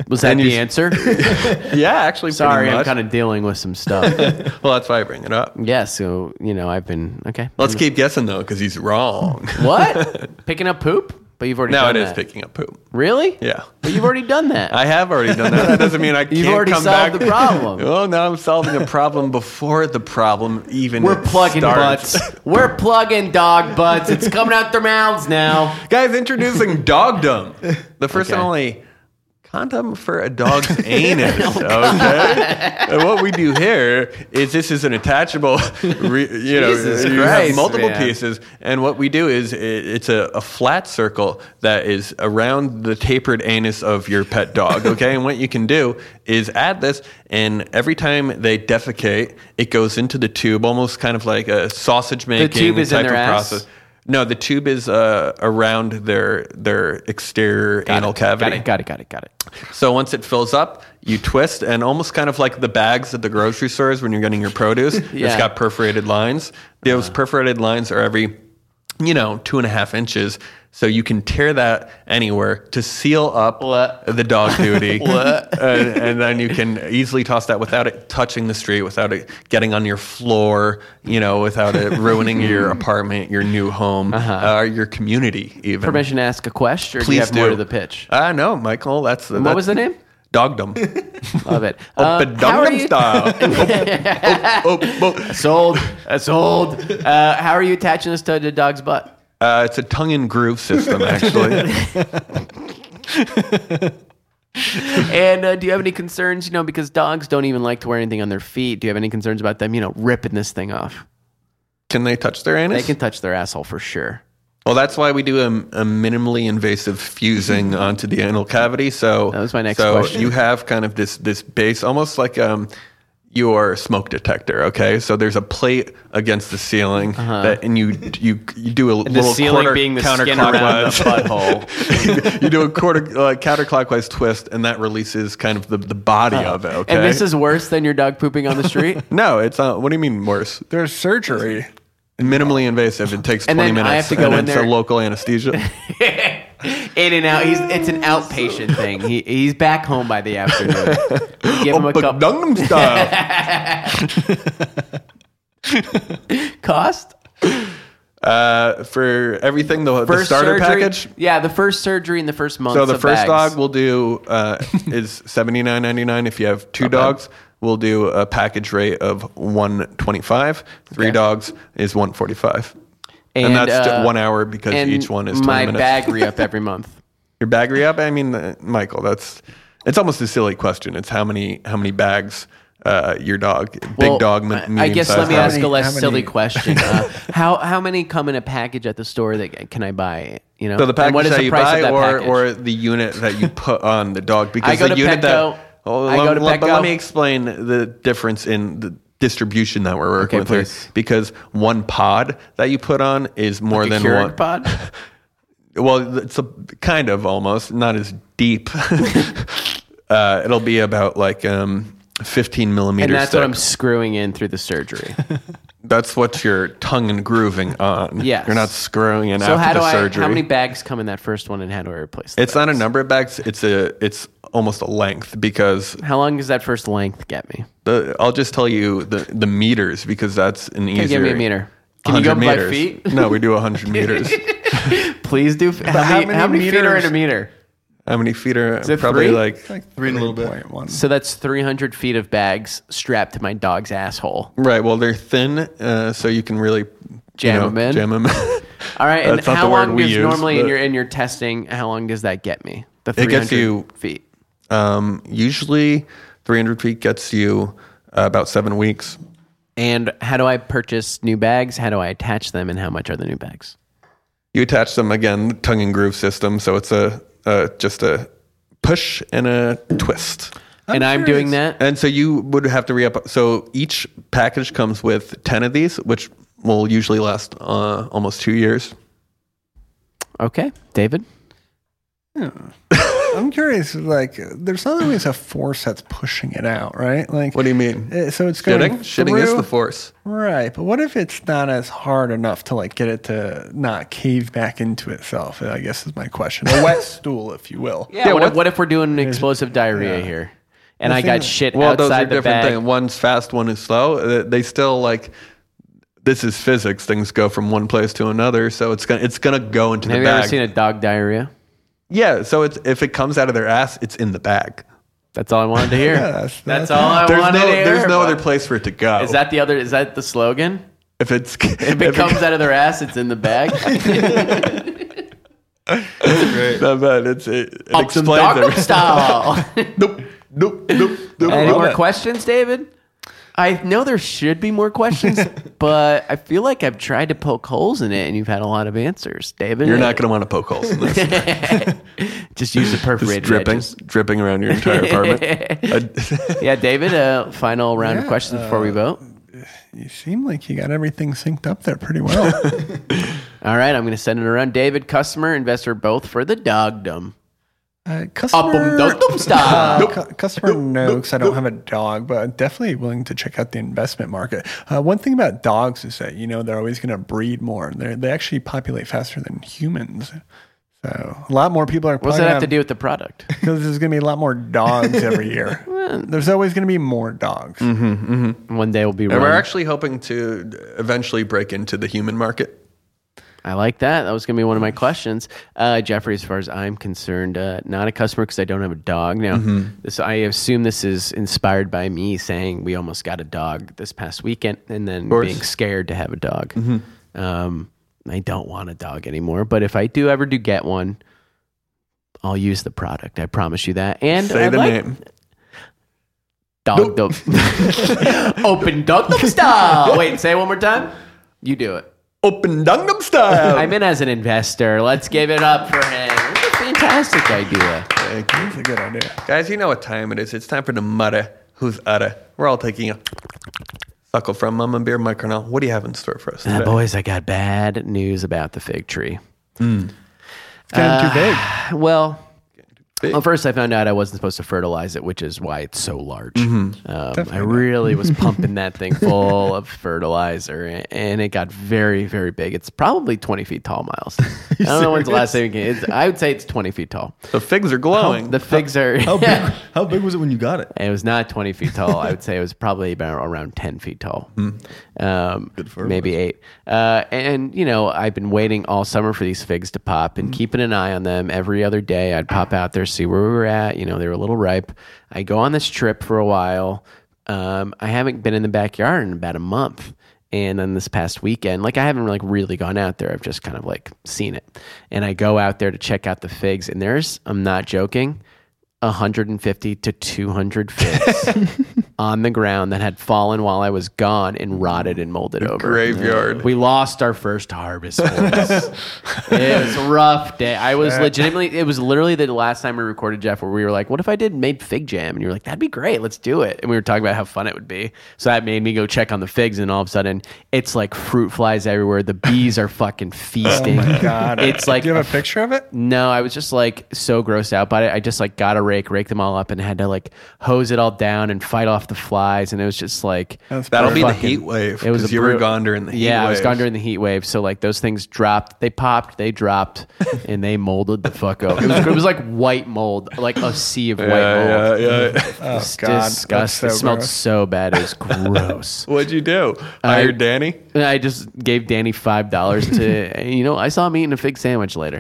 C: Was that
D: And you
C: the
D: s-
C: answer?
D: Yeah, actually, pretty
C: Sorry, I'm
D: much.
C: kind of dealing with some stuff.
D: Well, that's why I bring it up.
C: yeah, so you know, I've been okay.
D: Let's keep guessing though, because he's wrong.
C: What? Picking up poop? But you've already
D: now
C: done
D: it is
C: that.
D: picking up poop.
C: Really?
D: Yeah.
C: But you've already done that.
D: I have already done that. That doesn't mean I can't
C: already
D: come
C: solved
D: back.
C: the problem.
D: oh, now I'm solving a problem before the problem even.
C: We're plugging
D: starts.
C: butts. We're plugging dog butts. It's coming out their mouths now.
D: Guys, introducing dogdom, the first and
C: Okay. Oh,
D: only condom for a dog's anus. okay, and what we do here is this is an attachable. Re, you know,
C: Jesus
D: you
C: Christ,
D: have multiple
C: man.
D: pieces, and what we do is it, it's a, a flat circle that is around the tapered anus of your pet dog. Okay, and what you can do is add this, and every time they defecate, it goes into the tube, almost kind of like a sausage making
C: tube is in
D: type
C: their
D: of
C: ass?
D: process. No, the tube is uh, around their their exterior anal cavity.
C: Got it, got it, got it, got it.
D: So once it fills up, you twist, and almost kind of like the bags at the grocery stores when you're getting your produce.
C: Yeah. Uh-huh.
D: It's got perforated lines. Those perforated lines are every, you know, two and a half inches. So you can tear that anywhere to seal up
C: What?
D: the dog duty, and, and then you can easily toss that without it touching the street, without it getting on your floor, you know, without it ruining your apartment, your new home, uh your community, even.
C: Uh-huh. Permission to ask a question, or do you
D: Please
C: have more
D: do.
C: to the pitch?
D: I know, Michael. That's the,
C: What was the name?
D: Dogdom.
C: Love it.
D: Up
C: Um,
D: and
C: how are
D: Dogdom
C: you-
D: style. Oh, oh, oh.
C: Sold. Sold. Uh, how are you attaching this to the dog's butt?
D: Uh, it's a tongue and groove system, actually.
C: and uh, do you have any concerns? You know, because dogs don't even like to wear anything on their feet. Do you have any concerns about them? You know, ripping this thing off.
D: Can they touch their
C: They
D: anus?
C: can touch their asshole for sure.
D: Well, that's why we do a, a minimally invasive fusing onto the anal cavity. So
C: That was my next
D: so
C: question.
D: you have kind of this this base, almost like um your smoke detector. Okay, so there's a plate against the ceiling, that, and you you you do a
C: Uh-huh. The
D: little
C: ceiling
D: quarter
C: being the skin around the
D: counterclockwise.
C: butthole.
D: you do a quarter uh, counterclockwise twist, and that releases kind of the, the body of it. Okay,
C: Uh-huh. And this is worse than your dog pooping on the street.
D: no, it's not. What do you mean worse?
E: There's surgery.
D: Minimally invasive. It takes
C: And
D: twenty
C: then
D: minutes.
C: I have to go
D: and
C: in
D: it's
C: there-
D: a local anesthesia.
C: In and out. He's it's an outpatient thing. He, he's back home by the afternoon. You give him a
D: Oh, But
C: cup
D: Gangnam Style.
C: cost.
D: uh, for everything, the, the starter
C: surgery,
D: package.
C: Yeah, the first surgery in the first month.
D: So the
C: of
D: first
C: bags.
D: dog we'll do uh, is seventy nine ninety nine. If you have two dogs, we'll do a package rate of one twenty five. Three dogs is one forty five. And, that's
C: uh,
D: just one hour because
C: and
D: each one is 20
C: my
D: minutes.
C: bag re up every month.
D: Your bag re up? I mean, uh, Michael, that's it's almost a silly question. It's how many how many bags uh, your dog, big
C: Well,
D: dog, me-
C: I- I
D: medium
C: guess
D: sized
C: let me
D: dog.
C: ask a less
E: How many-
C: silly question. Uh, how how many come in a package at the store that can I buy? You know,
D: So the
C: And
D: package that you buy,
C: that
D: or
C: package?
D: or the unit that you put on the dog, because
C: I go
D: the
C: to
D: unit
C: Petco.
D: that. Oh,
C: I
D: let,
C: go to
D: let- but
C: Petco.
D: let me explain the difference in the distribution that we're
C: Okay,
D: working with here.
C: please.
D: because one pod that you put on is more
C: Like a
D: than
C: Keurig
D: one
C: pod?
D: Well, it's a kind of almost not as deep. uh, it'll be about like um, 15 millimeters.
C: and that's
D: thick.
C: what I'm screwing in through the surgery.
D: That's what you're tongue and grooving on.
C: Yes.
D: You're not screwing in
C: so
D: after
C: how do
D: the
C: I?
D: surgery.
C: How many bags come in that first one, and how do I replace? the
D: it's not a number of bags. It's a it's almost a length because
C: How long does that first length get me?
D: the, I'll just tell you the, the meters because that's an easier.
C: you give me a meter? Can you go
D: 100
C: by
D: meters.
C: feet?
D: No, we do 100 meters.
C: Please do. How,
E: how
C: many,
E: many
C: how many feet are in a
E: meters-
C: meter?
D: How many feet are
C: it
D: probably
C: three?
D: like
E: Like
F: Three and a little bit.
E: 3.1.
C: So that's 300 feet of bags strapped to my dog's asshole.
D: right? Well, they're thin, uh, so you can really
C: Jam
D: you
C: 'em in?
D: Jam 'em in.
C: All right, and
D: That's not
C: how
D: the word
C: long
D: we
C: does
D: use,
C: normally in
D: but-
C: your in your testing? How long does that get me? The
D: It
C: 300
D: gets you-
C: feet.
D: um, usually, 300 feet gets you uh, about seven weeks.
C: And how do I purchase new bags? How do I attach them? And how much are the new bags?
D: You attach them again, tongue and groove system. So it's a uh, just a push and a twist.
C: and I'm doing that.
D: And so you would have to re up. So each package comes with 10 of these, which will usually last uh, almost two years.
C: Okay, David.
E: I'm curious. Like, there's not always a force that's pushing it out, right? Like,
D: What do you mean?
E: uh, So it's going
D: Shitting? Shitting is
E: through-
D: the force.
E: right? But what if it's not as hard enough to like get it to not cave back into itself? I guess is my question. A wet stool, if you will.
C: Yeah. what, if, what if we're doing explosive diarrhea here? And I
E: thing
C: got
E: that-
C: shit
D: Well, those are
C: outside the
D: different
C: bag.
D: things. One's fast, one is slow. Uh, They still like. This is physics. Things go from one place to another, so it's gonna it's gonna go into
C: Have
D: the
C: you
D: bag.
C: ever seen a dog diarrhea?
D: Yeah, so it's if it comes out of their ass, it's in the bag.
C: That's all I wanted to hear.
E: that's-
C: that's, all I
D: There's
C: wanted
D: no
C: to hear.
D: there's no
C: but-
D: other place for it to go.
C: Is that the other? Is that the slogan?
D: if it's if
C: If it comes out of their ass, it's in the bag.
D: Not bad. It's it, it
C: Some
D: explains
C: dog
D: everything.
C: style.
D: Nope, nope, nope, nope.
C: Any
D: Love
C: more
D: it.
C: questions, David? I know there should be more questions, but I feel like I've tried to poke holes in it, and you've had a lot of answers, David. uh,
D: You're not going to want to poke holes in this. It's
C: just use the perforated
D: dripping,
C: edges.
D: dripping around your entire apartment. I-
C: Yeah, David. Uh, final round of
E: Yeah,
C: questions before we vote.
E: You seem like you got everything synced up there pretty well. Uh,
C: All right, I'm going to send it around. David, customer, investor, both for the dogdom.
E: Uh,
C: Up 'em,
E: customer,
C: dum dum style.
E: Uh, cu- customer no, because I don't have a dog, but I'm definitely willing to check out the investment market. Uh, one thing about dogs is that you know they're always going to breed more. They they actually populate faster than humans, so a lot more people are.
C: What's
E: probably
C: that have to
E: gonna
C: do with the product?
E: Because there's going to be a lot more dogs every year. there's always going to be more dogs.
C: One day we'll be.
D: and we're
C: wrong.
D: actually hoping to eventually break into the human market.
C: I like that. That was going to be one of my questions. Uh, Jeffrey, as far as I'm concerned, uh, not a customer because I don't have a dog. Now,
D: Mm-hmm.
C: this, I assume this is inspired by me saying we almost got a dog this past weekend and then
D: course. Mm-hmm.
C: being scared to have a dog. Um, I don't want a dog anymore, but if I do ever do get one, I'll use the product. I promise you that. And
D: Say
C: I'd
D: the
C: like-
D: name.
C: Dog dope. Open dog dope style. Wait, say it one more time. You do it.
D: Open Gangnam Style.
C: I'm in as an investor. Let's give it up for him. What a fantastic idea.
E: That's a good idea.
D: Guys, you know what time it is. It's time for the mutter. Who's utter? We're all taking a suckle from Mama Beer Mike Cornell. What do you have in store for us
C: Uh,
D: today?
C: boys, I got bad news about the fig tree.
E: It's
C: Uh,
E: getting too big.
C: Well,
D: Big.
C: well, first I found out I wasn't supposed to fertilize it, which is why it's so large.
F: Mm-hmm.
C: Um, I really was pumping that thing full of fertilizer, a- and it got very, very big. It's probably 20 feet tall, Miles. I don't know when's the last time you can. It's, I would say it's 20 feet tall.
D: The figs are glowing.
C: The figs are.
F: How big, how big was it when you got it?
C: And it was not 20 feet tall. I would say it was probably about around 10 feet tall, um, maybe eight. Uh, and, you know, I've been waiting all summer for these figs to pop and keeping an eye on them every other day. I'd pop out there, see where we were at. You know, they were a little ripe. I go on this trip for a while. Um, I haven't been in the backyard in about a month. And then this past weekend, like I haven't like really gone out there. I've just kind of like seen it. And I go out there to check out the figs, and there's, I'm not joking, 150 to 200 figs on the ground that had fallen while I was gone and rotted and molded over.
D: graveyard.
C: We lost our first harvest. boys. it was a rough day. I was legitimately, it was literally the last time we recorded Jeff where we were like, what if I did made fig jam? And you were like, that'd be great. Let's do it. And we were talking about how fun it would be. So that made me go check on the figs. And all of a sudden, it's like fruit flies everywhere. The bees are fucking feasting.
E: Oh God,
C: It's like
E: do you have a
C: a
E: picture of it?
C: no, I was just like so grossed out by it. I just like got a rake, raked them all up, and had to like hose it all down and fight off the flies. And it was just like
E: That's
D: That'll be the
C: fucking-
D: heat wave.
C: It was a
D: you were
C: bru-
D: gone during the heat
C: yeah,
D: wave.
C: I was gone during the heat wave. So like those things dropped, they popped, they dropped, and they molded the fuck up. It was, it was like white mold, like a sea of white
D: yeah,
C: mold.
D: yeah, yeah.
C: It was
E: Oh, God, that's
C: disgusting.
E: so
C: it smelled
E: gross.
C: so bad. It was gross.
D: What'd you do? Hired Danny?
C: And I just gave Danny five dollars to you know I saw him eating a fig sandwich later.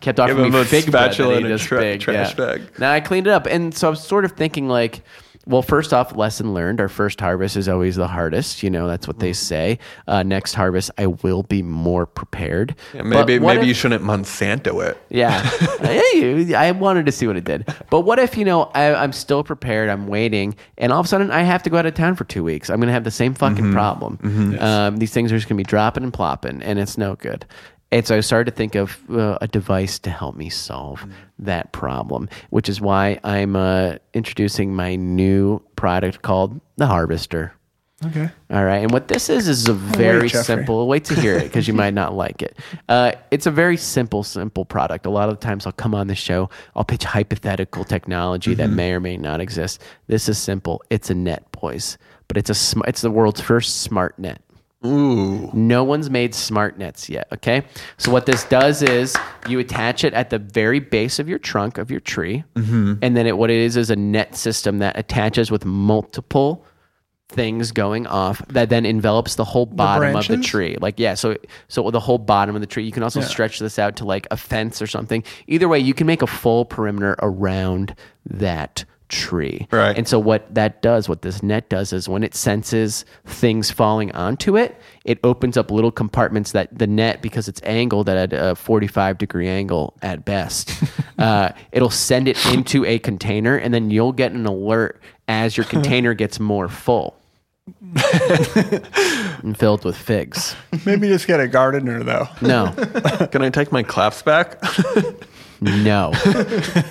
C: Kept
D: Give
C: offering
D: him
C: me
D: a
C: fig bread
D: spatula
C: that he
D: and a
C: just
D: tra-
C: big,
D: trash
C: yeah.
D: bag.
C: Now I cleaned it up, and so I was sort of thinking like, well, first off, lesson learned. Our first harvest is always the hardest. You know that's what they
D: Mm-hmm.
C: say. Uh, next harvest, I will be more prepared. But
D: Maybe
C: what
D: maybe
C: if-
D: you shouldn't Monsanto it.
C: yeah. Hey, I wanted to see what it did. But what if, you know, I, I'm still prepared, I'm waiting, and all of a sudden I have to go out of town for two weeks. I'm going to have the same fucking problem. Um, these things are just going to be dropping and plopping, and it's no good. And so I started to think of uh, a device to help me solve that problem, which is why I'm uh, introducing my new product called the Harvester.
E: Okay.
C: All right. And what this is is a very
E: Jeffrey.
C: simple. Wait to hear it because you might not like it. Uh, it's a very simple, simple product. A lot of the times I'll come on the show, I'll pitch hypothetical technology that may or may not exist. This is simple. It's a net, boys, but it's a sm- it's the world's first smart net. No one's made smart nets yet, okay? So what this does is you attach it at the very base of your trunk of your tree, and then it, what it is is a net system that attaches with multiple things going off that then envelops the whole bottom of the
E: branches?
C: tree. Like yeah, so so the whole bottom of the tree. You can also stretch this out to like a fence or something. Either way, you can make a full perimeter around that tree.
D: Right.
C: And so what that does, what this net does is when it senses things falling onto it, it opens up little compartments that the net, because it's angled at a 45 degree angle at best, uh, it'll send it into a container and then you'll get an alert as your container gets more full and filled with figs.
E: Maybe just get a gardener though.
C: No,
D: Can I take my claps back?
C: no.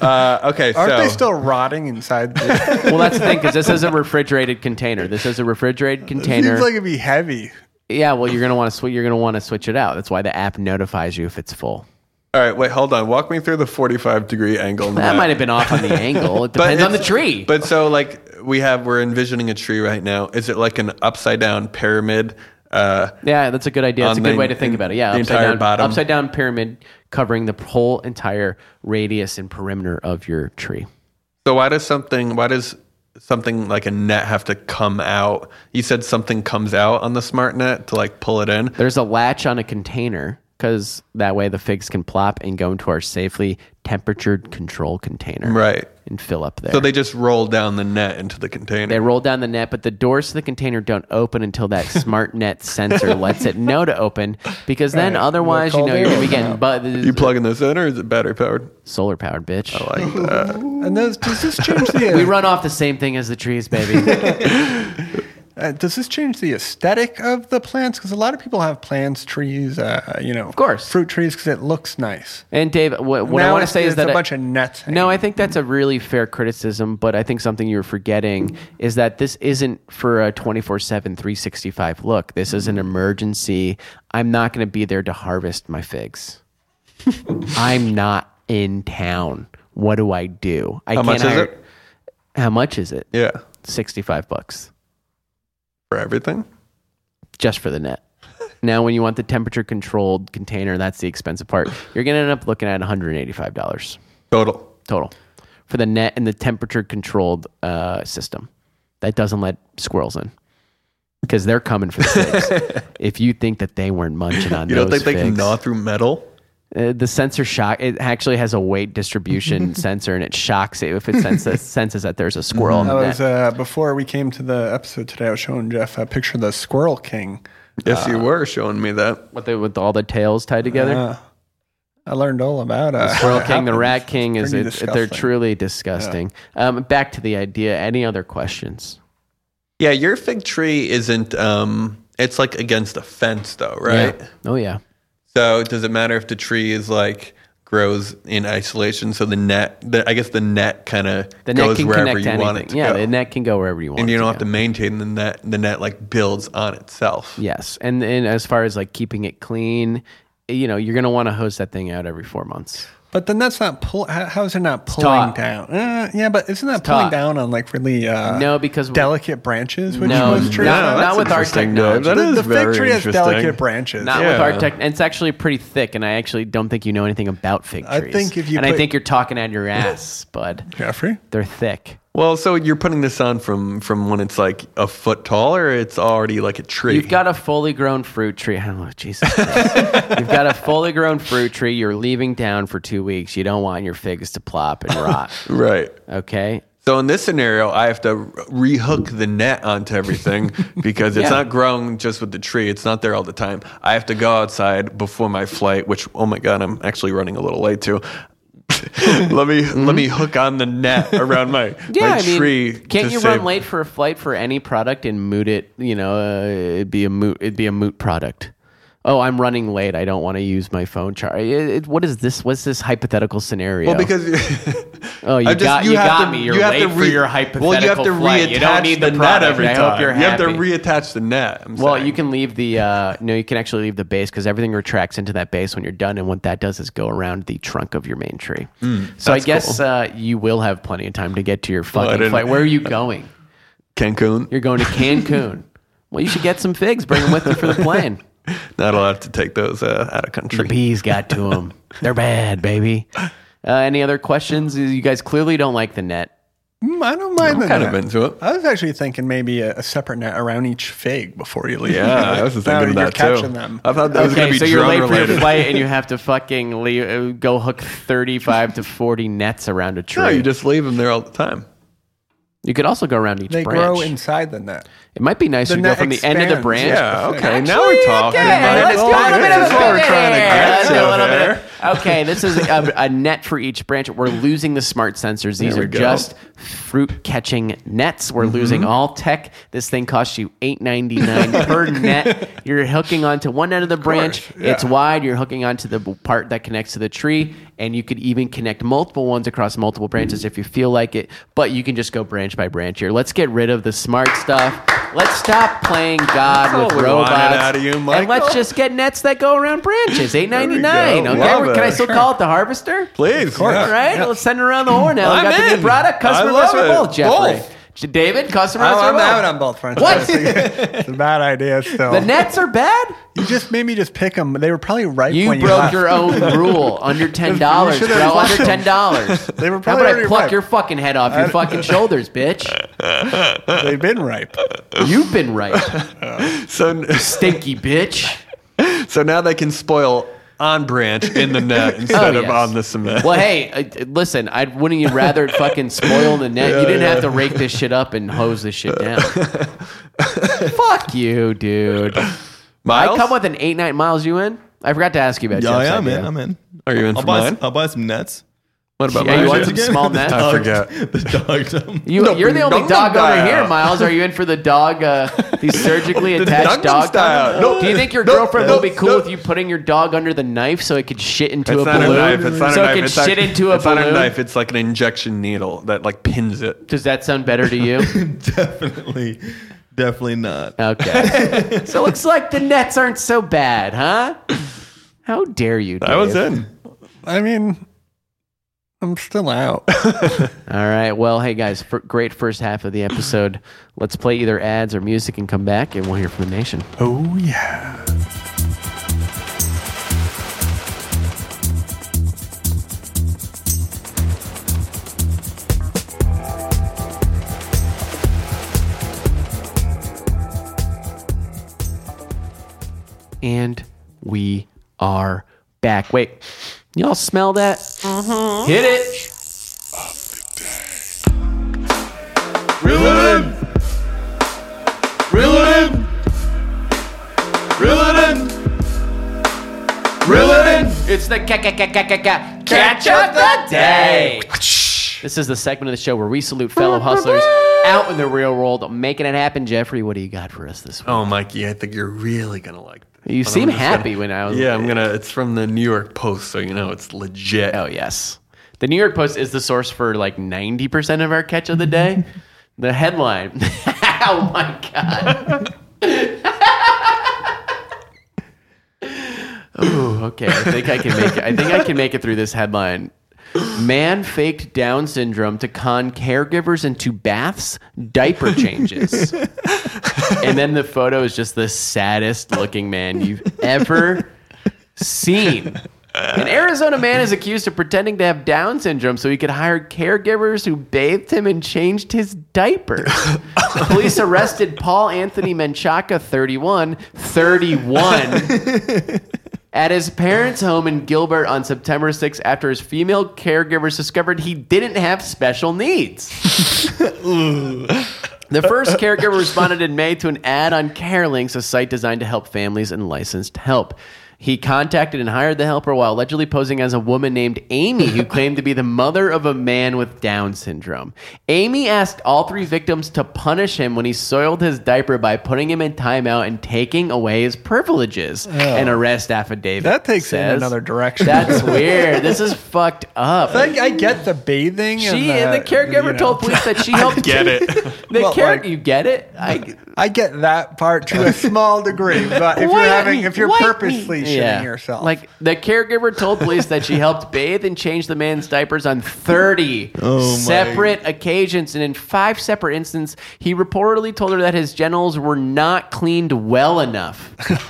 D: Uh, okay,
E: Aren't
D: so
E: they still rotting inside? The,
C: Well, that's the thing because this is a refrigerated container. This is a refrigerated
E: seems
C: container.
E: like it'd be heavy.
C: Yeah, well, you're gonna want to switch. You're gonna want to switch it out. That's why the app notifies you if it's full.
D: all right, wait, hold on. Walk me through the 45 degree angle.
C: That
D: net.
C: might have been off on the angle. It
D: But
C: depends on the
D: it's-
C: tree.
D: But so like we have, we're envisioning a tree right now. Is it like an upside down pyramid? Uh,
C: yeah, that's a good idea. That's a
D: On
C: good
D: the-
C: way to think
D: in-
C: about it. Yeah,
D: the
C: upside
D: entire
C: down,
D: bottom.
C: upside down pyramid covering the whole entire radius and perimeter of your tree.
D: so why does something? Why does something like a net have to come out? You said something comes out on the smart net to like pull it in.
C: There's a latch on a container because that way the figs can plop and go into our safely temperature control container
D: Right.
C: and fill up there.
D: So they just roll down the net into the container.
C: They roll down the net, but the doors to the container don't open until that smart net sensor lets it know to open. Because then, otherwise, you know, you're gonna be getting but
D: you plugging this in, or is it battery powered?
C: solar powered, bitch.
D: Like that.
E: And does, does this change
C: we
E: the
C: run off the same thing as the trees, baby.
E: uh, does this change the aesthetic of the plants? Because a lot of people have plants, trees, uh, you know, of
C: course.
E: fruit trees because it looks nice.
C: and Dave, what, what I
E: Now
C: want to
E: it's-
C: say is
E: it's
C: that
E: a
C: I-
E: bunch of nets.
C: No, I think that's a really fair criticism, but I think something you're forgetting is that this isn't for a 24 7, 365 look. This is an emergency. I'm not going to be there to harvest my figs. I'm not in town. What do I do? I
D: How much is
C: hire-
D: it?
C: How much is it?
D: Yeah,
C: 65 bucks
D: for everything.
C: just for the net. Now, when you want the temperature controlled container, that's the expensive part. You're going to end up looking at $185.
D: Total.
C: total for the net and the temperature controlled uh, system that doesn't let squirrels in because they're coming for the figs. if you think that they weren't munching on
D: You
C: those
D: don't think they can
C: figs,
D: gnaw through metal?
C: uh, the sensor shock it actually has a weight distribution sensor and it shocks it if it senses senses that there's a
D: Mm-hmm.
C: squirrel in
E: That
C: the
E: was
C: net.
E: uh, before we came to the episode today. I was showing Jeff a picture of the Squirrel King.
D: Yes,
C: Uh.
D: you were showing me that.
C: With, the, with all the tails tied together.
E: Uh, I learned all about uh,
C: Squirrel
E: how it
C: King, the
E: happens.
C: Rat King is
E: pretty
C: it, they're
E: disgusting.
C: truly disgusting. Um, back to the idea. Any other questions?
D: Yeah, your fig tree isn't. Um, it's like against a fence, though, right?
C: Yeah. Oh yeah.
D: So does it matter if the tree is like grows in isolation? So the net, the, I guess the net kind of
C: The net
D: goes
C: can
D: wherever
C: connect
D: you
C: to
D: want
C: anything.
D: it to
C: yeah,
D: go.
C: the net can go wherever you want.
D: and you
C: it
D: don't
C: to
D: have
C: go.
D: to maintain the net. The net like builds on itself.
C: Yes, and and as far as like keeping it clean, you know, you're gonna want to hose that thing out every four months.
E: But then that's not pull. How, how is it not pulling
C: taut.
E: down? Uh, yeah, but isn't that pulling
C: taut.
E: down on like really uh,
C: No, because we-
E: delicate branches? Which
C: No,
E: was true.
C: no,
D: Wow,
C: not
D: that's
C: with our
D: interesting,
C: technology.
D: Dave. That
E: the,
D: is
E: the
D: very
E: fig tree has
D: interesting.
E: delicate branches.
C: Not
D: Yeah.
C: with our tech. It's actually pretty thick, and I actually don't think you know anything about fig trees.
E: I think if you
C: and I
E: put-
C: think you're talking out your ass, bud.
E: Jeffrey.
C: They're thick.
D: Well, so you're putting this on from from when it's like a foot tall, or it's already like a tree.
C: You've got a fully grown fruit tree. Oh, Jesus. Christ. You've got a fully grown fruit tree. You're leaving down for two weeks. You don't want your figs to plop and rot.
D: right.
C: Okay.
D: So in this scenario, I have to rehook the net onto everything because it's
C: Yeah.
D: not growing just with the tree. It's not there all the time. I have to go outside before my flight, which oh my god, I'm actually running a little late too. let me let me hook on the net around my,
C: Mm-hmm. Yeah,
D: my
C: I mean,
D: tree.
C: can't
D: to
C: you
D: save-
C: run late for a flight for any product and moot it? You know, uh, it'd be a moot. It'd be a moot product. Oh, I'm running late. I don't want to use my phone charge. It, it- what is this? What's this hypothetical scenario?
D: Well, because
C: oh, you
D: I just-
C: got you,
D: you have
C: got
D: to-
C: me. You're
D: you have
C: late
D: to
C: for
D: re-
C: your hypothetical flight. You don't need the,
D: net
C: product.
D: every
C: I
D: time.
C: hope you're
D: you have
C: happy.
D: to reattach the net. I'm
C: well,
D: saying.
C: you can leave the uh, no. You can actually leave the base because everything retracts into that base when you're done, and what that does is go around the trunk of your main tree.
D: Hmm,
C: so I guess uh, you will have plenty of time to get to your fucking
D: didn't-
C: flight. Where are you going?
D: Cancun.
C: You're going to Cancun. well, you should get some figs. Bring them with you for the plane.
D: not allowed to take those uh, out of
C: The
D: country.
C: bees got to them. They're bad, baby. Uh, any other questions? You guys clearly don't like the net.
E: Mm, I don't mind the
D: kind
E: net.
D: of into it.
E: I was actually thinking maybe a, a separate net around each fig before you leave.
D: Yeah, I was
E: Now
D: thinking of
E: you're
D: that
E: catching
D: too.
E: them.
D: I thought that was going to
C: Okay,
D: be
C: so you're
D: drone
C: late for your
D: related.
C: flight and you have to fucking leave, uh, go hook 35 to 40 nets around a tree.
D: No, you just leave them there all the time.
C: You could also go around each
E: They
C: branch.
E: grow inside the net.
C: it might be nicer
E: The
C: to go
E: net
C: from the end of the
E: expands.
C: branch.
D: Yeah, okay.
E: Actually,
D: now we're talking. about it.
C: let's do a little bit
D: This
C: of
D: is
C: a
D: what we're
C: bit
D: trying to
C: there.
D: get
C: Let's do
D: to
C: a little bit
D: there.
C: of- Okay, this is a, a net for each branch. We're losing the smart sensors. These
D: There
C: are
D: we go. Mm-hmm.
C: just fruit catching nets. We're losing all tech. This thing costs you eight ninety nine per net. You're hooking onto one end of the branch. It's wide. You're hooking onto the b- part that connects to the tree, and you could even connect multiple ones across multiple branches if you feel like it. But you can just go branch by branch here. Let's get rid of the smart stuff. Let's stop playing God
D: all
C: with
D: Oh, we wanted
C: robots.
D: out of you,
C: and
D: Michael.
C: let's just get nets that go around branches. Eight ninety nine.
D: go.
C: Okay,
D: Love
C: can I
D: it.
C: still call it the harvester?
D: Please, of
C: All right, let's send it around the horn. Now we
D: I'm
C: got the
D: in.
C: new product. Customer
D: I love
C: versus
D: it.
C: both, Jeffrey.
D: Both.
C: J- David, customer
E: Oh,
C: versus
E: I'm
C: both.
E: out on both fronts.
C: What?
E: it's a bad idea still.
C: The nets are bad.
E: You just made me just pick them. They were probably right
C: You
E: when you
C: broke
E: left.
C: your own rule. Under ten dollars,
E: You should've
C: bro. Under
E: left them.
C: ten dollars.
E: They were
C: How
E: probably
C: about I
E: already
C: pluck
E: ripe.
C: your fucking head off your fucking shoulders, bitch?
E: They've been ripe.
C: You've been right,
D: So,
C: stinky bitch.
D: so now they can spoil on branch in the net instead of
C: Oh, yes.
D: on the cement.
C: Well, hey, uh, uh, listen, I wouldn't you rather it fucking spoil the net? you didn't have to rake this shit up and hose this shit down. Fuck you, dude. I
D: Miles,
C: come with an eight night miles. You in? I forgot to ask you about.
F: Yeah,
C: Jeff's
F: yeah, I'm
C: idea.
F: in. I'm in.
D: Are you in
F: I'll
D: for
F: buy,
D: mine?
F: Some, I'll buy some nets.
D: what about
C: Yeah, you
D: mine?
C: want some small
F: The
C: nets?
D: I
F: dog-
D: forget.
F: The dog.
C: You,
D: No,
C: you're the only
D: Gangnam
C: dog owner
D: Style.
C: here, Miles. Are you in for the dog? Uh, these surgically
D: The
C: attached
D: Gangnam
C: dog.
D: Style. No,
C: Do you think your
D: no,
C: girlfriend
D: no,
C: will be cool
D: no.
C: with you putting your dog under the knife so it could shit into
D: It's
C: a
D: not
C: balloon?
D: a knife. It's not
C: so
D: a
C: it
D: knife.
C: could
D: It's,
C: shit
D: act-
C: into a
D: it's
C: balloon.
D: not a knife. It's like an injection needle that like pins it.
C: Does that sound better to you?
F: definitely, definitely not.
C: Okay. so it looks like the nets aren't so bad, huh? How dare you? Dave.
D: I was in.
E: I mean, I'm still out.
C: All right. Well, hey guys, for great first half of the episode. Let's play either ads or music and come back, and we'll hear from the nation.
E: oh yeah.
C: And we are back. Wait, y'all smell that? Hit it.
D: Reel it in. Reel it in. Reel it in. Reel it in.
C: It's the ca- ca- ca- ca- ca- ca- catch of the day. This is the segment of the show where we salute fellow hustlers out in the real world, making it happen. Jeffrey, what do you got for us this week?
D: Oh, Mikey, I think you're really gonna like. This.
C: You
D: But I'm
C: seem
D: just gonna-
C: happy when I was.
D: Yeah, I'm gonna. It's from the New York Post, so you know it's legit.
C: Oh yes, the New York Post is the source for like ninety percent of our catch of the day. the headline. oh my god. Ooh, okay. I think I can make it. I think I can make it through this headline. Man faked Down syndrome to con caregivers into baths, diaper changes. and then the photo is just the saddest looking man you've ever seen. An Arizona man is accused of pretending to have Down syndrome so he could hire caregivers who bathed him and changed his diaper. Police arrested Paul Anthony Menchaca, 31, 31, at his parents' home in Gilbert on September 6th after his female caregivers discovered he didn't have special needs. The first caregiver responded in May to an ad on CareLinks, a site designed to help families and licensed help. He contacted and hired the helper while allegedly posing as a woman named Amy, who claimed to be the mother of a man with Down syndrome. Amy asked all three victims to punish him when he soiled his diaper by putting him in timeout and taking away his privileges. An arrest affidavit.
E: Oh. That takes it in
C: says.
E: another direction.
C: That's weird. This is fucked up.
E: I, I get the bathing.
C: she
E: and uh,
C: and the caregiver
E: you know.
C: told police that she helped
D: Get it?
C: the
E: Well,
C: care-
E: like-
C: you get it? I
E: I get that part to a small degree, but if
C: Why-
E: you're having, if you're
C: why-
E: purposely shitting
C: Yeah.
E: yourself,
C: Like the caregiver told police that she helped bathe and change the man's diapers on 30
F: Oh, my.
C: separate occasions. And in five separate instances, he reportedly told her that his genitals were not cleaned well enough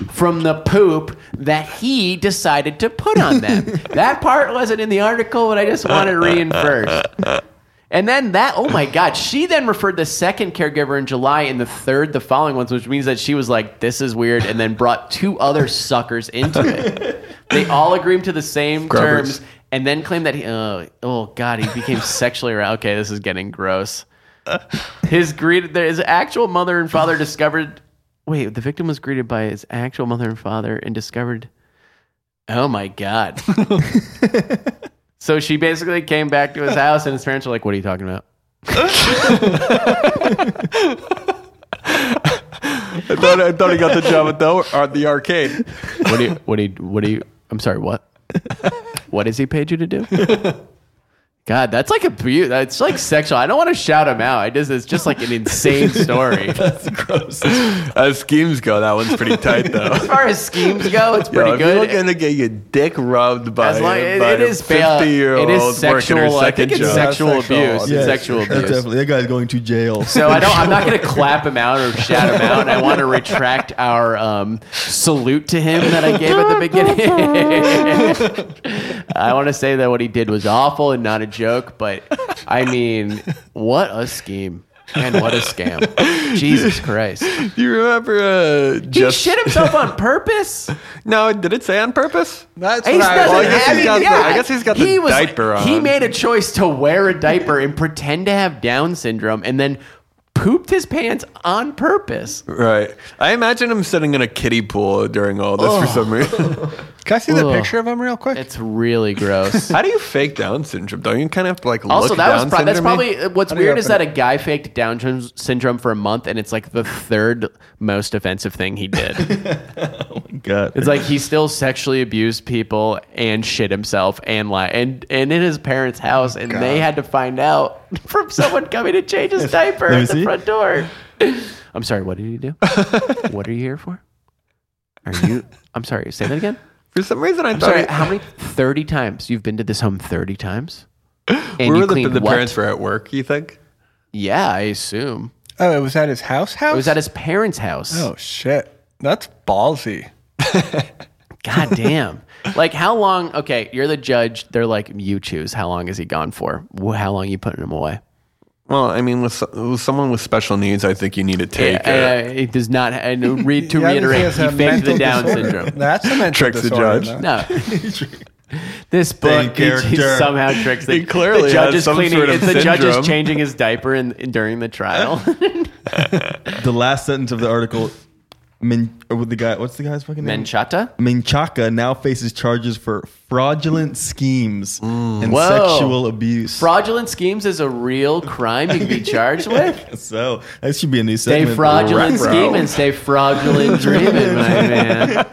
C: from the poop that he decided to put on them. that part wasn't in the article, but I just wanted to reinforce. And then that, oh my God, she then referred the second caregiver in July and the third the following ones, which means that she was like, this is weird, and then brought two other suckers into it. they all agreed to the same
D: Grubbers.
C: terms and then claimed that he, oh, oh God, he became sexually aroused. Okay, this is getting gross. His greet, there- his actual mother and father discovered. Wait, the victim was greeted by his actual mother and father and discovered. Oh my god! so she basically came back to his house, and his parents were like, "What are you talking about?"
D: I thought I thought he got the job at the, at the arcade.
C: What do you? What do you? What do you? I'm sorry. What? What has he paid you to do? God, that's like a beaut. That's like sexual. I don't want to shout him out. I just it's just like an insane story. As
D: As schemes go, that one's pretty tight though.
C: far as schemes go, it's
D: Yo,
C: pretty
D: if
C: good.
D: You're gonna get your dick rubbed by,
C: As long- it-
D: by
C: it
D: a
C: is ba-
D: 50 year old
C: it is
D: working her
C: sexual- I
D: second
C: think it's
D: job.
C: sex- sexual
E: That's
C: abuse. It's
E: Yeah.
C: sexual
F: that's
C: abuse.
F: Definitely, that guy's going to jail.
C: So I don't. I'm not going to clap him out or shout him out. I want to retract our um, salute to him that I gave at the beginning. I want to say that what he did was awful and not a joke. But I mean, what a scheme! And what a scam. Jesus Christ. He
D: Do you remember uh, just
C: shit himself on purpose.
D: No, did it say on purpose?
E: That's
C: Ace doesn't
D: Well, I guess
C: have
D: he's
C: it.
D: got the-
C: yeah.
D: I guess he's got the
C: He was-
D: diaper
C: He
D: on.
C: made a choice to wear a diaper and pretend to have Down syndrome and then pooped his pants on purpose.
D: Right. I imagine him sitting in a kiddie pool during all this for
C: Oh.
D: some reason.
E: Can I see the
C: Ugh.
E: picture of him real quick?
C: It's really gross.
D: How do you fake Down syndrome? Don't you kind of have to like
C: Also,
D: look
C: that was
D: Down
C: pro- that's
D: syndrome-y?
C: probably uh, what's
E: do you
C: weird is
E: open
C: that a guy faked Down syn- syndrome for a month, and it's like the third most offensive thing he did.
F: God.
C: it's like he still sexually abused people and shit himself and lie and and in his parents' house, and they had to find out from someone coming to change his diaper
F: Let me
C: at the
F: see.
C: front door. I'm sorry. What did you do? what are you here for? Are you? I'm sorry. Say that again.
D: for some reason. I
C: I'm
D: thought
C: sorry.
D: it-
C: How many? Thirty times you've been to this home. Thirty times. And
D: where
C: you
D: were the,
C: cleaned
D: the
C: what?
D: parents were at work. You think?
C: Yeah, I assume.
E: oh, it was at his house. House.
C: It was at his parents' house.
E: Oh shit, that's ballsy.
C: God damn. like, how long? Okay, you're the judge. They're like, you choose. How long is he gone for? Wh- How long you putting him away?
D: Well, I mean, with, so- with someone with special needs, I think you need to take a-
C: Uh, it does not. And re, to
E: Yeah, I didn't say
C: reiterate,
E: it's a
C: he faked the
E: mental
C: Down
E: disorder.
C: syndrome.
E: That's a mental
D: Tricks the
E: disorder,
D: judge.
E: though.
C: No. This book he, he
F: character.
C: somehow tricks the,
D: He clearly
C: the judge
D: has
C: is
D: some
C: cleaning.
D: sort of
C: it's the judge
D: syndrome.
C: is changing his diaper in, in- during the trial.
F: The last sentence of the article. Min, or with the guy, what's the guy's fucking name?
C: Menchata.
F: Menchaca now faces charges for fraudulent schemes and
C: Whoa.
F: sexual abuse.
C: Fraudulent schemes is a real crime you can be charged with.
F: so that should be a new
C: Stay
F: segment.
C: fraudulent
D: Bro.
C: scheming, stay fraudulent dreaming, my man.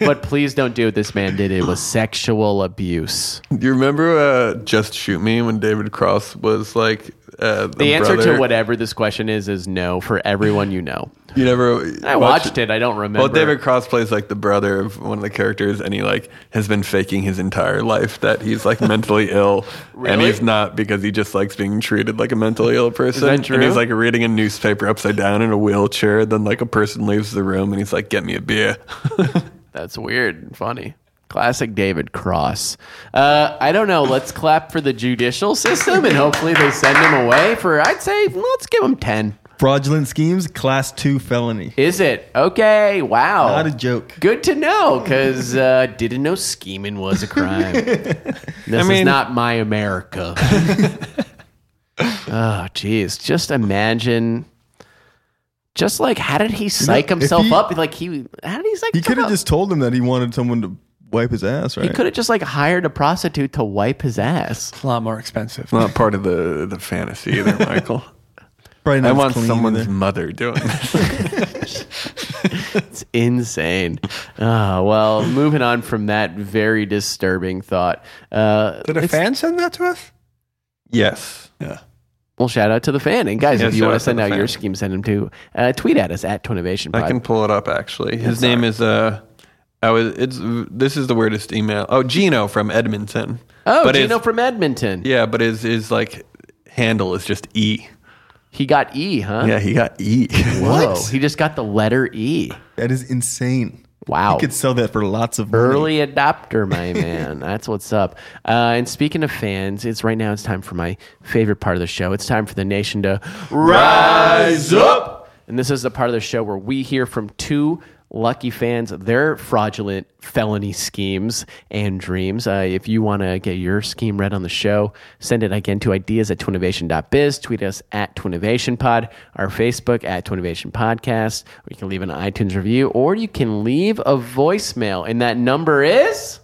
C: But please don't do what this man did. It was sexual abuse.
D: Do you remember uh, "Just Shoot Me" when David Cross was like uh, the,
C: The answer
D: brother?
C: to whatever this question is is no for everyone you know.
D: You never.
C: I watched it. I don't remember.
D: Well, David Cross plays like the brother of one of the characters, and he like has been faking his entire life that he's like mentally ill, and
C: Really?
D: he's not because he just likes being treated like a mentally ill person. And
C: true?
D: he's like reading a newspaper upside down in a wheelchair. Then like a person leaves the room, and he's like, "Get me a beer."
C: That's weird and funny. Classic David Cross. Uh, I don't know. Let's clap for the judicial system and hopefully they send him away for, I'd say, let's give him 10.
F: Fraudulent schemes, class two felony.
C: Is it? Okay. Wow.
F: Not a joke.
C: Good to know, because uh, didn't know scheming was a crime. this is
D: mean-
C: not my America. oh, jeez. Just imagine. Just like, how did he psych
F: know, if
C: himself
F: he-
C: up? Like he, how did he psych?
F: He
C: himself
F: could have
C: up?
F: just told him that he wanted someone to wipe his ass, right?
C: He could have just like hired a prostitute to wipe his ass.
E: It's a lot more expensive.
D: not part of the the fantasy either, Michael.
F: Probably not
D: I
F: as
D: want
F: clean
D: someone's
F: either.
D: mother doing this.
C: It's insane. Ah, well, moving on from that very disturbing thought. Uh,
E: Did a
C: it's-
E: fan send that to us?
D: yes.
E: Yeah.
C: Well, shout out to the fan. And guys,
D: Yeah,
C: if you
D: shout
C: want to
D: out to
C: send
D: the
C: out your
D: fan.
C: scheme, send them to uh, tweet at us at Twinnovation
D: I can
C: Pod.
D: pull it up actually. His name is uh I was it's this is the weirdest email. Oh, Gino from Edmonton.
C: Oh,
D: but
C: Gino
D: his-
C: from Edmonton.
D: Yeah, but his his like handle is just E.
C: He got E, huh?
D: Yeah, he got E.
C: Whoa. He just got the letter E.
F: That is insane.
C: Wow.
F: He could sell that for lots of money.
C: Early adopter, my man. That's what's up. Uh, and speaking of fans, it's right now. It's time for my favorite part of the show. It's time for the nation to rise up. And this is the part of the show where we hear from two lucky fans their fraudulent felony schemes and dreams. Uh, if you want to get your scheme read on the show, send it again to ideas at twinnovation.biz. Tweet us at twinnovationpod, our Facebook at twinnovation podcast. Or you can leave an iTunes review, or you can leave a voicemail, and that number is.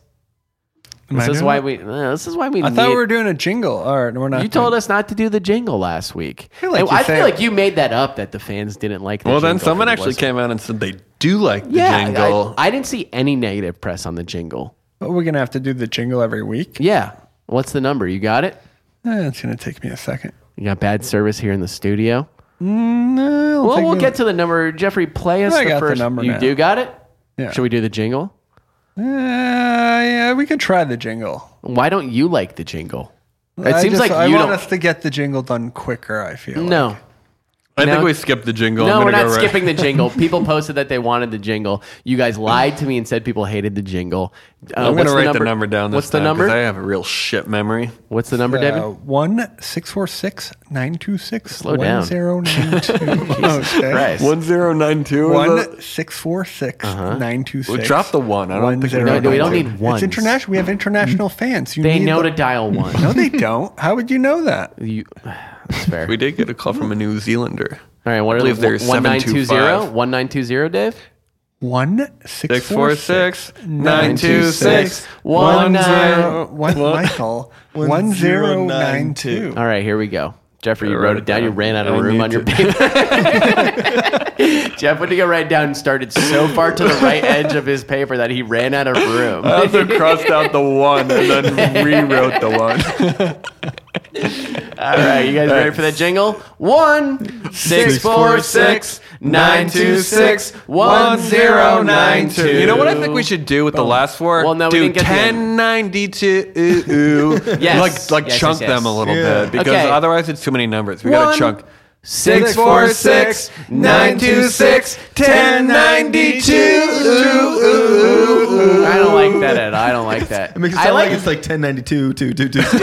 E: Am I
C: This is
E: doing
C: why
E: it?
C: we. uh, this is why we.
E: I thought we
C: need-
E: were doing a jingle. All right, we're not.
C: you told us not to do the jingle last week. I
E: feel like you
C: I feel
E: said-
C: like you made that up that the fans didn't like. The
D: well, then
C: jingle for
D: someone
C: the
D: actually
C: voicemail.
D: came out and said they do like the
C: Yeah,
D: jingle.
C: I, I didn't see any negative press on the jingle.
E: But we're gonna have to do the jingle every week.
C: Yeah. What's the number? You got it?
E: Eh, it's gonna take me a second.
C: You got bad service here in the studio.
E: No.
C: Well, we'll get to the number. Jeffrey, play us
E: I
C: the
E: got the
C: first.
E: number
C: you
E: now.
C: do got it?
E: Yeah.
C: Should we do the jingle?
E: Uh, yeah, we can try the jingle.
C: Why don't you like the jingle? It
E: I
C: seems
E: just-
C: like
E: I
C: you
E: want
C: don't.
E: us to get the jingle done quicker. I feel. like.
C: no.
D: I
C: No.
D: think we skipped the jingle.
C: No,
D: I'm
C: we're
D: gonna
C: not
D: go right-
C: skipping the jingle. People posted that they wanted the jingle. You guys lied to me and said people hated the jingle. Uh,
D: I'm going
C: what's
D: to write the number, down this
C: what's the
D: time 'cause
C: number?
D: I have a real shit memory.
C: what's the number, David?
E: Uh, one six four six nine two six
C: Slow down.
E: one zero nine two. Okay.
C: Christ.
D: 1092.
E: One six four six
C: Uh-huh.
E: nine two
D: Well,
E: six.
D: drop the one. I don't think we
C: No, we don't need ones.
E: It's international. We have international fans. You
C: they
E: need
C: know
E: the-
C: to dial one.
E: No, they don't. How would you know that?
C: You, that's fair.
D: We did get a call from a New Zealander.
C: All right, what
D: I
C: are
D: believe
C: the
D: there's
C: 1920? 1920, Dave?
E: One six four six
D: 646 926
C: One nine.
E: zero one Michael one zero nine two.
C: All right, here we go. Jeffrey, you
D: I
C: wrote it down. You ran out of room on your paper. Jeff went to go right down and started so far to the right edge of his paper that he ran out of room.
D: I also crossed out the one and then rewrote the one.
C: All right, you guys ready for that jingle? One six four six nine two six one zero nine two.
D: You know what I think we should do with the last four?
C: Well, no, we
D: do
C: didn't get to it.
D: 1092. Ooh, ooh.
C: Yes.
D: uh, Like, like
C: Yes,
D: chunk
C: yes, yes.
D: them a little
F: Yeah.
D: bit because
C: Okay.
D: otherwise it's too many numbers. We got
C: One,
D: to chunk.
C: Six four six nine two six ten ninety two. I don't like that at all. I don't like that.
F: It makes it
C: I
F: sound like,
C: like
F: it's like 1092, two, two, two, two.
C: do,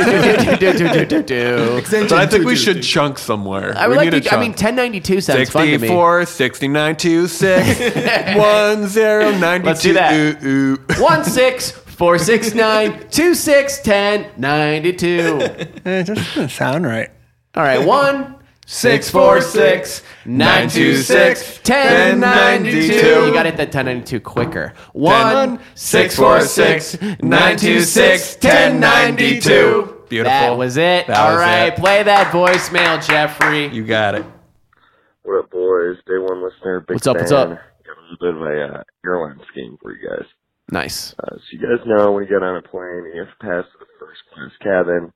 C: do, do, do, do, do.
D: But I think we should chunk somewhere.
C: I would
D: we
C: like
D: need
C: to.
D: a
C: I mean,
D: chunk.
C: 1092 sounds fun to me.
D: 64, 69, 26, 1092.
C: Let's do that.
D: Ooh, ooh.
C: One six four six nine two six ten ninety two.
E: Eh, It just doesn't sound right.
C: All right, one six four six nine two six ten ninety two. You got to hit that ten ninety two quicker. One six four six nine two six ten ninety two.
D: Beautiful.
C: That was it.
D: That
C: All
D: was
C: right,
D: it.
C: play that voicemail, Jeffrey.
D: You got it.
G: What up, boys? Day one listener. Big
C: What's up,
G: fan.
C: what's up?
G: Got a little bit of a uh, airline scheme for you guys.
C: Nice.
G: Uh, so you guys know when you get on a plane, you have to pass the first class cabin,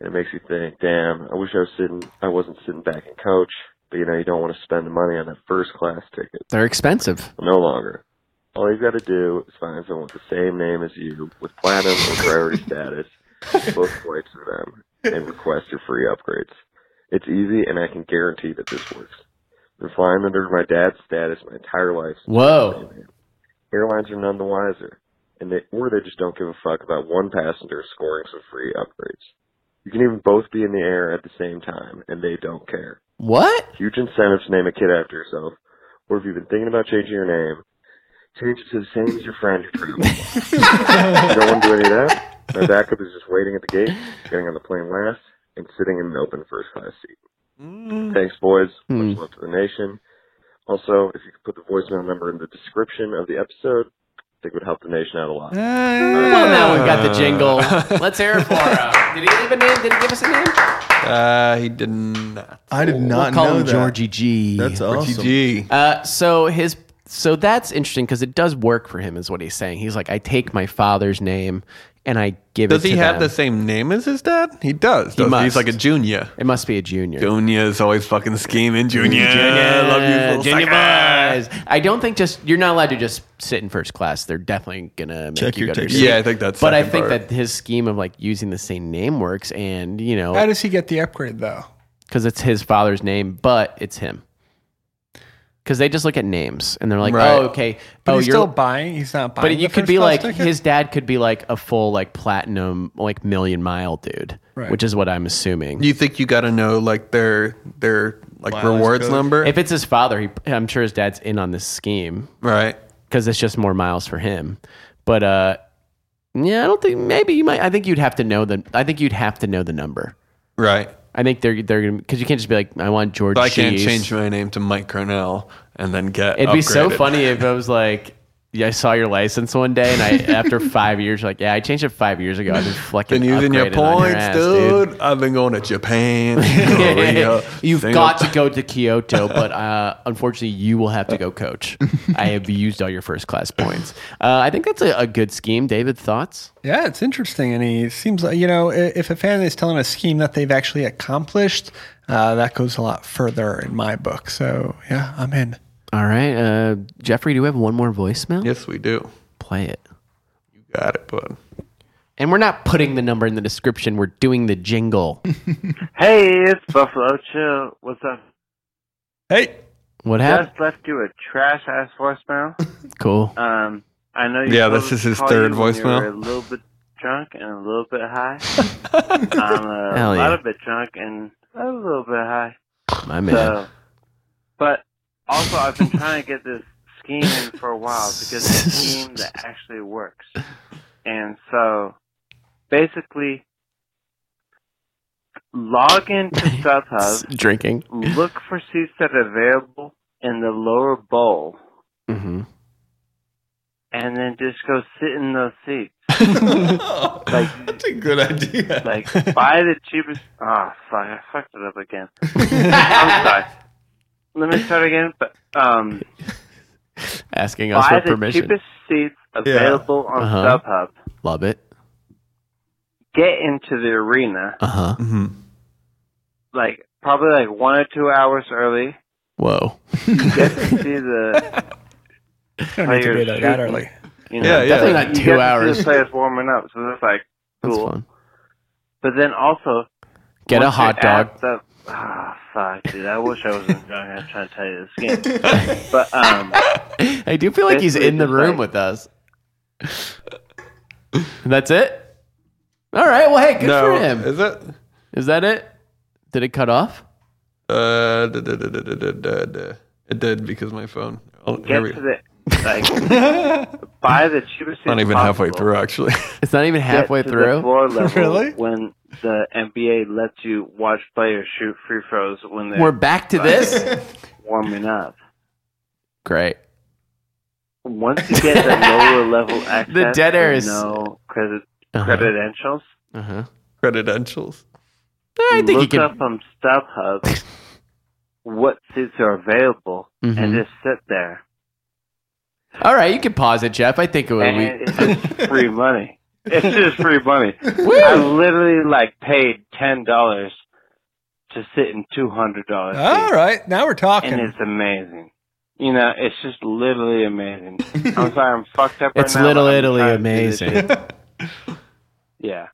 G: and it makes you think, "Damn, I wish I was sitting. I wasn't sitting back in coach." But you know, you don't want to spend the money on that first class ticket.
C: They're expensive.
G: No longer. All you've got to do is find someone with the same name as you, with platinum or priority status, both flights of them, and request your free upgrades. It's easy, and I can guarantee that this works. Been flying under my dad's status my entire life.
C: Whoa.
G: Airlines are none the wiser, and they or they just don't give a fuck about one passenger scoring some free upgrades. You can even both be in the air at the same time, and they don't care
C: What?
G: huge incentive to name a kid after yourself. Or if you've been thinking about changing your name, change it to the same as your friend who traveled. you don't want to do any of that. My backup is just waiting at the gate, getting on the plane last, and sitting in an open first class seat.
H: Mm.
G: Thanks, boys. Much love to the nation. Also, if you could put the voicemail number in the description of the episode, I think it would help the nation out a lot.
C: Well, now we've got the jingle. Let's hear it for him. Did he leave a name? Did he give us a name?
D: Uh, he did not.
F: I did not
C: Call
F: know
C: him
F: that.
C: Georgie G.
F: That's awesome.
D: GG.
C: Uh, so his so that's interesting because it does work for him, is what he's saying. He's like, I take my father's name and I give
D: Does
C: it.
D: he
C: to
D: have
C: them.
D: the same name as his dad? He does. doesn't
C: must.
D: He's like a junior.
C: It must be a junior.
D: Junior is always fucking scheming. Junior,
C: Yeah,
D: I love you, little
C: junior
D: sucker.
C: boys. I don't think just you're not allowed to just sit in first class. They're definitely gonna make
F: Check
C: you
F: your
C: go to
F: ticket.
C: seat.
D: Yeah, I think that's.
C: But I
D: second
C: think
D: part.
C: that his scheme of like using the same name works, and you
E: How
C: know,
E: does he get the upgrade though?
C: because it's his father's name, but it's him. Because they just look at names and they're like,
D: Right.
C: oh, okay,
E: But
C: oh,
E: he's
C: you're
E: still buying. He's not buying.
C: But you
E: the
C: could
E: first
C: be
E: class
C: like
E: ticket?
C: his dad could be like a full like platinum like million mile dude,
E: Right.
C: which is what I'm assuming.
D: you think you got to know like their their like
F: Mileage
D: rewards
F: code.
D: number,
C: if it's his father, he, I'm sure his dad's in on this scheme
D: right?
C: because it's just more miles for him. But uh, yeah, I don't think maybe you might. I think you'd have to know the. I think you'd have to know the number.
D: Right.
C: I think they're they're gonna because you can't just be like I want George.
D: But I can't
C: Cheese.
D: change my name to Mike Cornell and then get.
C: It'd be so
D: upgraded.
C: funny if I was like. Yeah, I saw your license one day, and I after five years, like, yeah, I changed it five years ago. I've been fucking
D: Been using your
C: upgraded on
D: points,
C: ass,
D: dude. I've been going to Japan, Korea.
C: You've
D: Singapore.
C: got to go to Kyoto, but uh, unfortunately, you will have to go coach. I have used all your first class points. Uh, I think that's a, a good scheme. David, thoughts?
E: Yeah, it's interesting, and he seems like you know i- if a family is telling a scheme that they've actually accomplished, uh, that goes a lot further in my book. So yeah, I'm in.
C: All right, uh, Jeffrey, do we have one more voicemail?
D: Yes, we do.
C: Play it.
D: You got it, bud.
C: And we're not putting the number in the description. We're doing the jingle.
H: Hey, it's Buffalo Chill. What's up?
F: Hey,
C: What happened?
H: Just left you a trash ass voicemail.
C: Cool.
D: Uh,
H: Um, I know you.
D: Yeah,
H: told
D: this
H: us
D: is
H: to
D: his
H: call
D: third
H: you when you were
D: voicemail.
H: A little bit drunk and a little bit high. I'm a
C: Hell yeah.
H: lot of bit drunk and a little bit high.
C: My man.
D: uh,
H: So, but also, I've been trying to get this scheme in for a while because it's a scheme that actually works. And so, basically, log into StubHub,
C: Drinking.
H: look for seats that are available in the lower bowl,
D: Mm-hmm.
C: hmm
H: and then just go sit in those seats.
F: that's a good idea.
H: Like, buy the cheapest. Oh, fuck, I fucked it up again. I'm sorry. Let me start again. But um,
C: Asking us
H: buy
C: for
H: the
C: permission.
H: cheapest seats available on
C: Uh-huh.
H: StubHub.
C: Love it.
H: Get into the arena
C: Uh huh.
H: like probably like one or two hours early.
C: Whoa.
H: Get to see the
E: Don't need to be there that
H: Players
E: early.
H: you know
D: Yeah, yeah.
C: Definitely
H: you
C: not
H: get
C: two
H: to see
C: hours.
H: the players warming up, so that's like
C: That's
H: cool.
C: fun.
H: But then also
C: Get a
H: once
C: hot
H: you're
C: dog.
H: at The, ah, fuck, dude! I wish I was in drunk. I'm trying to tell you this game, but um,
C: I do feel like he's
H: Basically
C: in the
H: just
C: room
H: like-
C: with us. And that's it. All right. Well, hey, good
D: no,
C: for him.
D: is it?
C: Is that it? Did it cut off?
D: Uh, da, da, da, da, da, da, da, da. It did because my phone. Oh,
H: get
D: here we,
H: to the like buy the cheapest.
D: not
H: seats
D: even halfway
H: possible.
D: through, actually.
C: It's not even
H: Get
C: halfway
H: to The
C: through.
H: floor level
E: Really?
H: When the NBA lets you watch players shoot free throws when they're
C: We're back to this.
H: warming up.
C: Great.
H: once you get the lower level access,
C: The dead air
H: and
C: is-
H: no credit,
C: Uh-huh.
H: credentials.
C: Uh-huh.
D: Credentials.
C: I think
H: look
C: he can.
H: up on StubHub what seats are available and
C: Mhm.
H: just sit there.
C: All right, you can pause it, Jeff. I think it would.
H: And
C: be
H: it's just free money. It's just free money. I literally like paid ten dollars to sit in two hundred dollars,
E: All right, now we're talking.
H: and it's amazing. You know, it's just literally amazing. I'm sorry, I'm fucked up. Right
C: It's
H: now,
C: Little
H: but I'm
C: Italy
H: trying to do this
C: amazing.
H: shit. Yeah.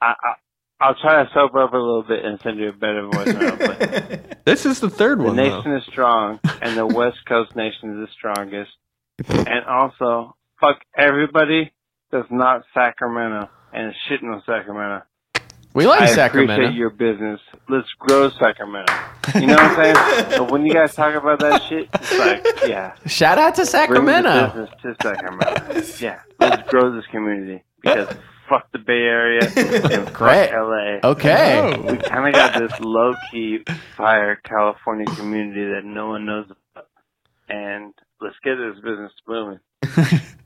H: I, I I'll try to sober up a little bit and send you a better voice. now, but
D: This is the third
H: the
D: one, though.
H: nation is strong, and the West Coast nation is the strongest. And also, fuck everybody that's not Sacramento and is shitting on Sacramento.
C: we like
H: I
C: Sacramento.
H: appreciate your business. Let's grow Sacramento. You know what I'm saying? but when you guys talk about that shit, it's like, yeah,
C: Shout out to
H: bring
C: Sacramento.
H: the business to Sacramento. yeah, let's grow this community because fuck the Bay Area and fuck
C: Great.
H: LA.
C: Okay.
D: Oh.
H: We kind of got this low key fire California community that no one knows about, and let's get this business booming.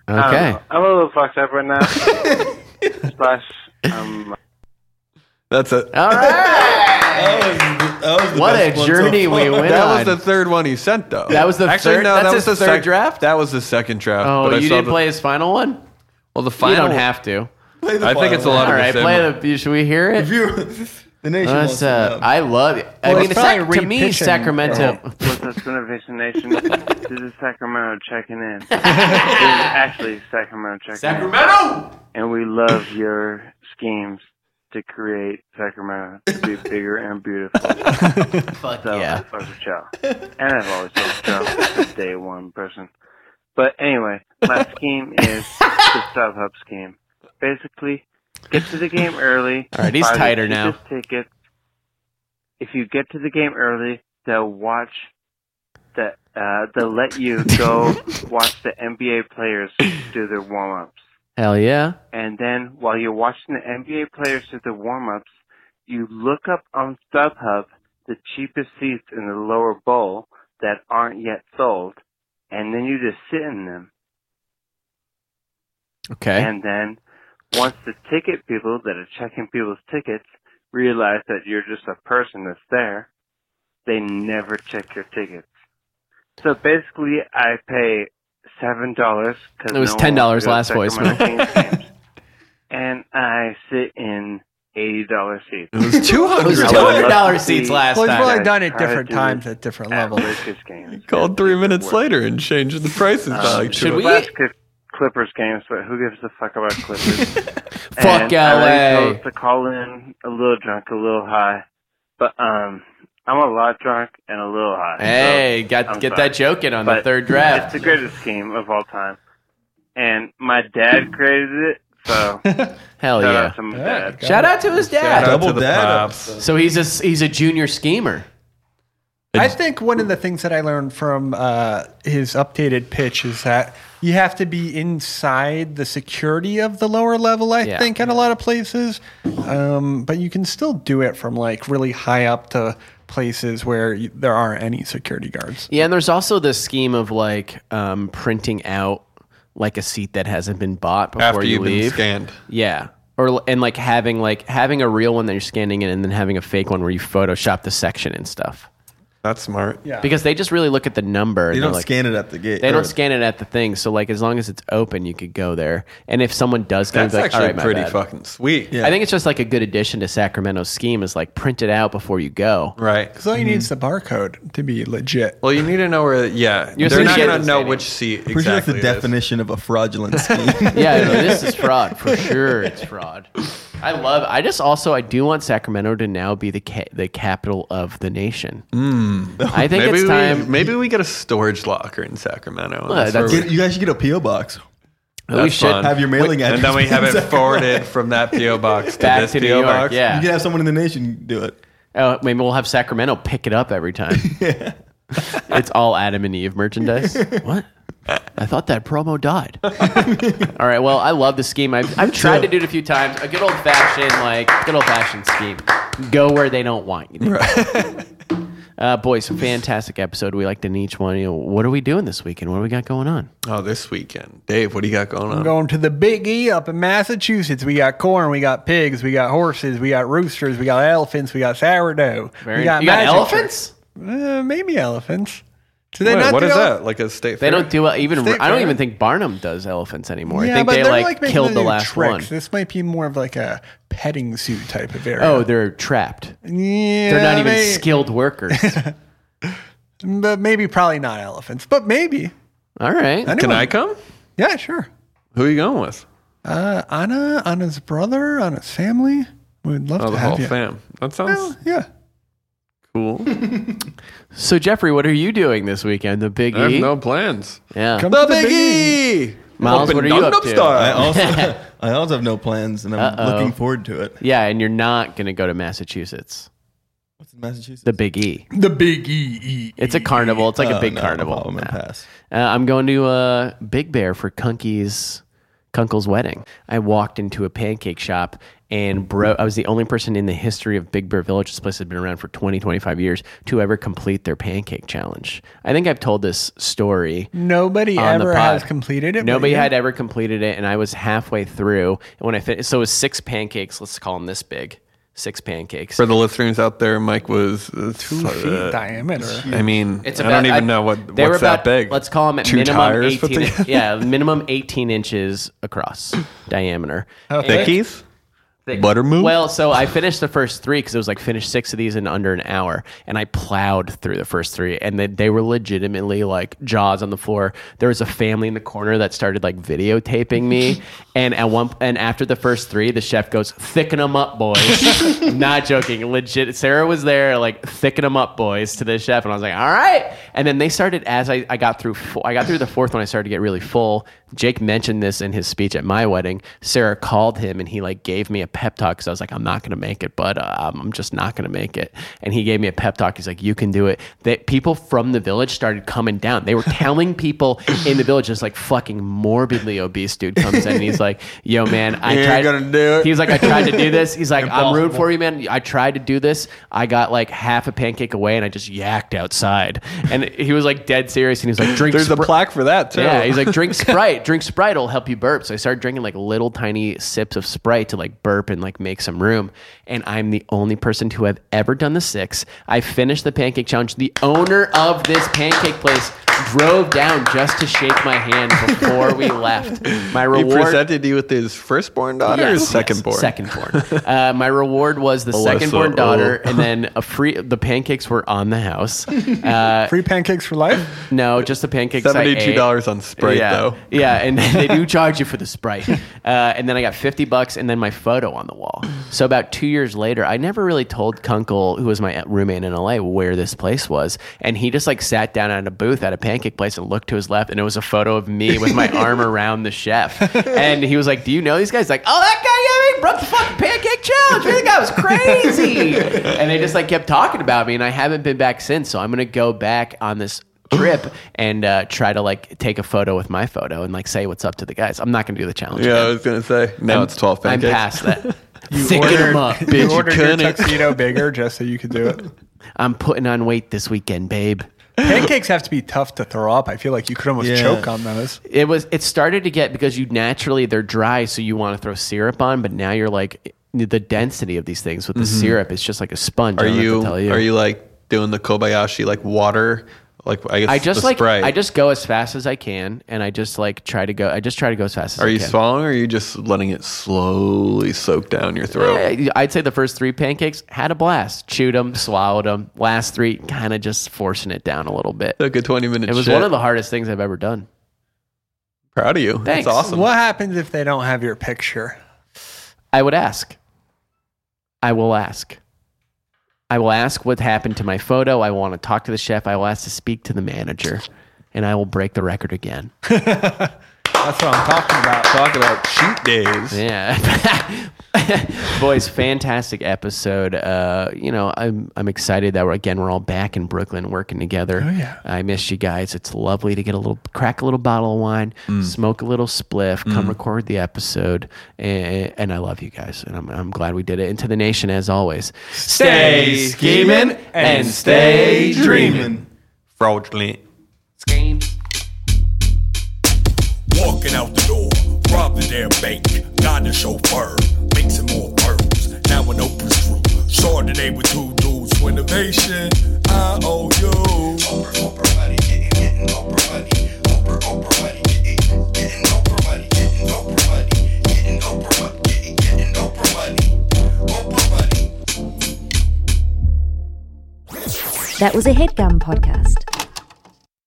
H: I don't
C: Okay.
H: know. I'm a little fucked up right now. Slash, um,
D: That's it.
C: All right.
F: That was, that was the
C: What a
F: best one so
C: journey
F: far.
C: we went
D: That
C: on.
D: was the third one he sent, though.
C: That was the
D: Actually,
C: third-
D: No,
C: that's
D: that
C: his
D: was the
C: third
D: sec-
C: draft?
D: That was the second draft.
C: oh,
D: but I
C: you
D: saw
C: didn't
D: the-
C: play his final one.
D: Well, the final.
C: You don't have to.
F: Play the
D: I think it's a
F: final.
D: lot
C: All
D: of
C: right,
D: the same
C: play
D: one.
C: the. Should we hear it?
F: If you, the nation
C: That's,
F: wants to
C: uh,
F: know.
C: I love it. I
E: Well,
C: mean,
E: it's
C: Sac-
E: probably
C: to me,
E: repitching,
C: Sacramento.
H: what's up, Innovation Nation? this is Sacramento checking in. this is actually Sacramento checking
C: Sacramento.
H: in, and we love your schemes to create Sacramento to be bigger and beautiful.
C: Fuck
H: So
C: yeah.
H: I fuck with y'all. And I've always been Joe, the day one person. But anyway, my scheme is the StubHub scheme. Basically, get to the game early.
C: All right, he's
H: buy the
C: tighter now.
H: cheapest Tickets. If you get to the game early, they'll watch. That uh, they'll let you go watch the NBA players do their warm ups.
C: Hell yeah.
H: And then while you're watching the NBA players do the warm ups, you look up on StubHub the cheapest seats in the lower bowl that aren't yet sold, and then you just sit in them.
C: Okay.
H: And then once the ticket people that are checking people's tickets realize that you're just a person that's there, they never check your tickets. So basically, I pay seven dollars because
C: It was $10 last voicemail.
H: and I sit in eighty dollar seats.
D: It was two
C: it was
D: hundred.
H: I
C: two
H: would love
C: hundred
H: to
C: dollars seats
H: see-
C: last
E: well, he's
C: time.
H: really
E: probably done it
H: Try to
E: different
H: do
E: times at different
H: At
E: levels.
H: Lakers games.
D: Called three minutes later and changed the prices by like
C: Um, Uh, should
D: two.
C: we-
H: That's Cl- Clippers games, but who gives a fuck about Clippers?
C: Fuck
H: and I
C: LA.
H: already chose to call in a little drunk, a little high, but um, I'm a lot drunk and a little hot. so
C: Hey, got
H: oh, I'm
C: get
H: sorry.
C: that joke in on the
H: But
C: third draft.
H: It's the greatest scheme of all time. And my dad created it, so shout
C: Hell
H: out
C: yeah!
H: to my dad.
C: Shout out to his dad.
F: Double
D: to the
F: dad up.
D: pops.
C: So he's a he's a junior schemer.
E: I think one of the things that I learned from uh, his updated pitch is that you have to be inside the security of the lower level, I
C: Yeah.
E: think, in a lot of places. Um, but you can still do it from like really high up to places where you, there aren't any security guards.
C: Yeah, and there's also this scheme of like um, printing out like a seat that hasn't been bought before
D: After
C: you
D: you've been
C: leave.
D: scanned.
C: Yeah. Or and like having like having a real one that you're scanning in, and then having a fake one where you Photoshop the section and stuff.
D: That's smart. Yeah.
C: Because they just really look at the number.
F: They
C: and
F: don't
C: they're like,
F: scan it at the gate.
C: They
F: or-
C: don't scan it at the thing. So like as long as it's open, you could go there. And if someone does come, it's
D: That's
C: like,
D: actually
C: All right, my
D: pretty
C: bad."
D: fucking sweet.
C: I think it's just like a good addition to Sacramento's scheme is like print it out before you go.
D: Right.
E: Because
C: Mm-hmm.
E: all you need is the barcode to be legit.
D: Well, you need to know where. Yeah,
C: You're
D: they're not
C: associated
D: going to
C: with
D: know
C: dating.
D: which seat
F: Pretty sure that's
D: exactly.
F: the
D: it is.
F: definition of a fraudulent scheme.
C: Yeah, no, this is fraud for sure. It's fraud. I love. I just also I do want Sacramento to now be the ca- the capital of the nation. I think
D: Hmm. Maybe
C: it's
D: we,
C: time.
D: maybe we get a storage locker in Sacramento. and
C: Well,
D: where
C: that's-
D: we-
F: you guys should get a PO box.
C: we
D: that's
C: should
D: fun.
F: have your mailing
D: We-
F: address
D: and then we
F: in
D: have it
F: Sacramento.
D: forwarded from that PO box to
C: back
D: this
C: to New
D: PO
C: York.
D: box.
F: You
C: Yeah.
F: can have someone in the nation do it.
C: oh, maybe we'll have Sacramento pick it up every time. It's all Adam and Eve merchandise. what? I thought that promo died. all right. Well, I love the scheme. I've, I've tried to do it a few times. A good old fashioned, like good old fashioned scheme. Go where they don't want you. to. uh, boys, fantastic episode. We like to each one. You know, what are we doing this weekend? What do we got going on?
D: Oh, this weekend, Dave, what do you got going on?
E: We're going to the Big E up in Massachusetts. We got corn, we got pigs, we got horses, we got roosters, we got elephants, we got sourdough. we got
C: you got
E: magic
C: elephants?
E: Uh, maybe elephants. Do they
D: Wait,
E: not
D: what
E: do
D: is
E: ele-
D: that? Like a state?
C: They
D: fair?
C: don't do uh, even.
E: State
C: I don't
E: Fair.
C: even think Barnum does elephants anymore.
E: Yeah,
C: I think
E: but
C: they
E: they're like,
C: like
E: making
C: killed the
E: new
C: last
E: tricks.
C: one.
E: This might be more of like a petting zoo type of area.
C: Oh, they're trapped.
E: yeah,
C: They're not even
E: may-
C: skilled workers.
E: But maybe probably not elephants. But maybe.
C: All right.
D: Can I come?
E: Yeah, sure.
D: Who are you going with?
E: Uh, Anna, Anna's brother, Anna's family. We would love
D: Oh,
E: to
D: the
E: have
D: whole
E: you.
D: fam. That sounds
E: Well, yeah.
D: cool.
C: So Jeffrey, what are you doing this weekend? The Big
D: I have
C: E.
D: no plans.
C: yeah.
E: Come
D: The
E: to the
D: Big
E: Big E.
D: E.
C: Miles,
D: Open
C: what are you up
D: Gangnam
C: to?
D: Style.
F: I also, I also have no plans, and I'm
C: Uh-oh.
F: looking forward to it.
C: yeah, and you're not going to go to Massachusetts.
F: What's in Massachusetts?
C: The Big E.
E: The Big E. E.
C: It's a carnival. It's like a
F: Oh,
C: big
F: no,
C: carnival.
F: I'm gonna
C: Nah.
F: pass.
C: Uh, I'm going to uh, Big Bear for Kunky's Kunkel's wedding. I walked into a pancake shop and bro, I was the only person in the history of Big Bear Village. This place had been around for 20, 25 years to ever complete their pancake challenge. I think I've told this story.
E: Nobody
C: on the
E: ever
C: pod.
E: has completed it. but
C: Nobody
E: you-
C: had ever completed it, and I was halfway through. And when I finished, so it was six pancakes. Let's call them this big, six pancakes.
D: For the listeners out there, Mike was uh,
E: two feet
D: uh,
E: diameter.
D: I mean,
C: It's
D: I
C: about,
D: don't even know what
C: they were
D: what's that
C: about-
D: big.
C: Let's call them at
D: Two
C: minimum
D: tires put
C: eighteen.
D: together?
C: yeah, minimum eighteen inches across diameter.
E: Oh.
C: And-
D: Dickies.
C: Thick.
D: Buttermilk?
C: Well, so I finished the first three because it was like finish six of these in under an hour, and I plowed through the first three, and they, they were legitimately like jaws on the floor. There was a family in the corner that started like videotaping me, and at one and after the first three, the chef goes thicken them up, boys. Not joking, legit. Sarah was there like thicken them up, boys, to the chef, and I was like, all right. And then they started as I, I got through fo- I got through the fourth one, I started to get really full. Jake mentioned this in his speech at my wedding. Sarah called him and he like gave me a pep talk because I was like, I'm not gonna make it, but uh, I'm I'm just not gonna make it. And he gave me a pep talk. He's like, you can do it. That people from the village started coming down. They were telling people in the village this like fucking morbidly obese dude comes in and he's like, yo man, I
D: ain't
C: tried
D: gonna do it.
C: He was like, I tried to do this. He's like, I'm rude for you, man. I tried to do this. I got like half a pancake away and I just yacked outside. And he was like dead serious and he was like, drink
D: There's a
C: Spri-
D: plaque for that too.
C: yeah, he's like, drink Sprite. Drink Sprite will help you burp. So I started drinking like little tiny sips of Sprite to like burp and like make some room. And I'm the only person to have ever done the six. I finished the pancake challenge. The owner of this pancake place drove down just to shake my hand before we left. My
D: He
C: reward.
D: presented you with his firstborn daughter or
C: Yes,
D: his second
C: yes,
D: born?
C: Second born. Uh, my reward was the second born
D: oh.
C: daughter, and then a free. The pancakes were on the house. Uh,
E: Free pancakes for life.
C: no, just the pancakes. I ate.
D: Seventy-two dollars on Sprite
C: yeah.
D: though.
C: Yeah, and they do charge you for the sprite. Uh, and then I got fifty bucks, and then my photo on the wall. So about two years later, I never really told Kunkel, who was my roommate in LA, where this place was, and he just like sat down at a booth at a pancake place and looked to his left, and it was a photo of me with my arm around the chef, and he was like, "Do you know these guys?" Like, "Oh, that guy, yeah, he brought the fucking pancake challenge. Man, that guy was crazy." and they just like kept talking about me, and I haven't been back since. So I'm gonna go back on this trip and uh, try to like take a photo with my photo and like say what's up to the guys. I'm not gonna do the challenge.
D: Yeah, I
C: again.
D: was gonna say. Now it's twelve
C: I'm past
D: pancakes.
C: that. Thicken 'em up,
E: You
C: bitch.
E: ordered your
D: couldn't.
E: tuxedo bigger just so you could do it.
C: I'm putting on weight this weekend, babe.
E: Pancakes have to be tough to throw up. I feel like you could almost
F: Yeah.
E: choke on those.
C: It was. It started to get because you naturally they're dry, so you want to throw syrup on, but now you're like the density of these things with the syrup. It's just like a sponge.
D: Mm-hmm. Are
C: I don't have to
D: you,
C: tell you?
D: are you like doing the Kobayashi like water? Like I guess
C: I just
D: the
C: like
D: Sprite.
C: I just go as fast as I can, and I just like try to go. I just try to go as fast as
D: Are
C: I
D: you
C: can.
D: swallowing or are you just letting it slowly soak down your throat?
C: I- I'd say the first three pancakes had a blast. Chewed them, swallowed them. Last three, kind of just forcing it down a little bit.
D: Took a 20 minute
C: It was
D: shit.
C: one of the hardest things I've ever done.
D: Proud of you.
C: Thanks.
D: That's awesome.
E: What happens if they don't have your picture?
C: I would ask. I will ask. I will ask what happened to my photo. I want to talk to the chef. I will ask to speak to the manager, and I will break the record again.
E: That's what I'm talking about.
D: Talk about cheat days.
C: Yeah, boys, fantastic episode. Uh, you know, I'm I'm excited that we're again we're all back in Brooklyn working together. Oh
E: yeah.
C: I miss you guys. It's lovely to get a little crack a little bottle of wine, smoke a little spliff, come record the episode, and, and I love you guys, and I'm I'm glad we did it. And to the nation, as always,
F: Stay scheming
C: and
F: stay dreaming.
D: Fraudulent.
B: Walking out the door, robbing their bank, got a chauffeur, mixing more pearls. Now an open screw. Short today with two dudes for innovation. I owe you.
A: That was a headgum podcast.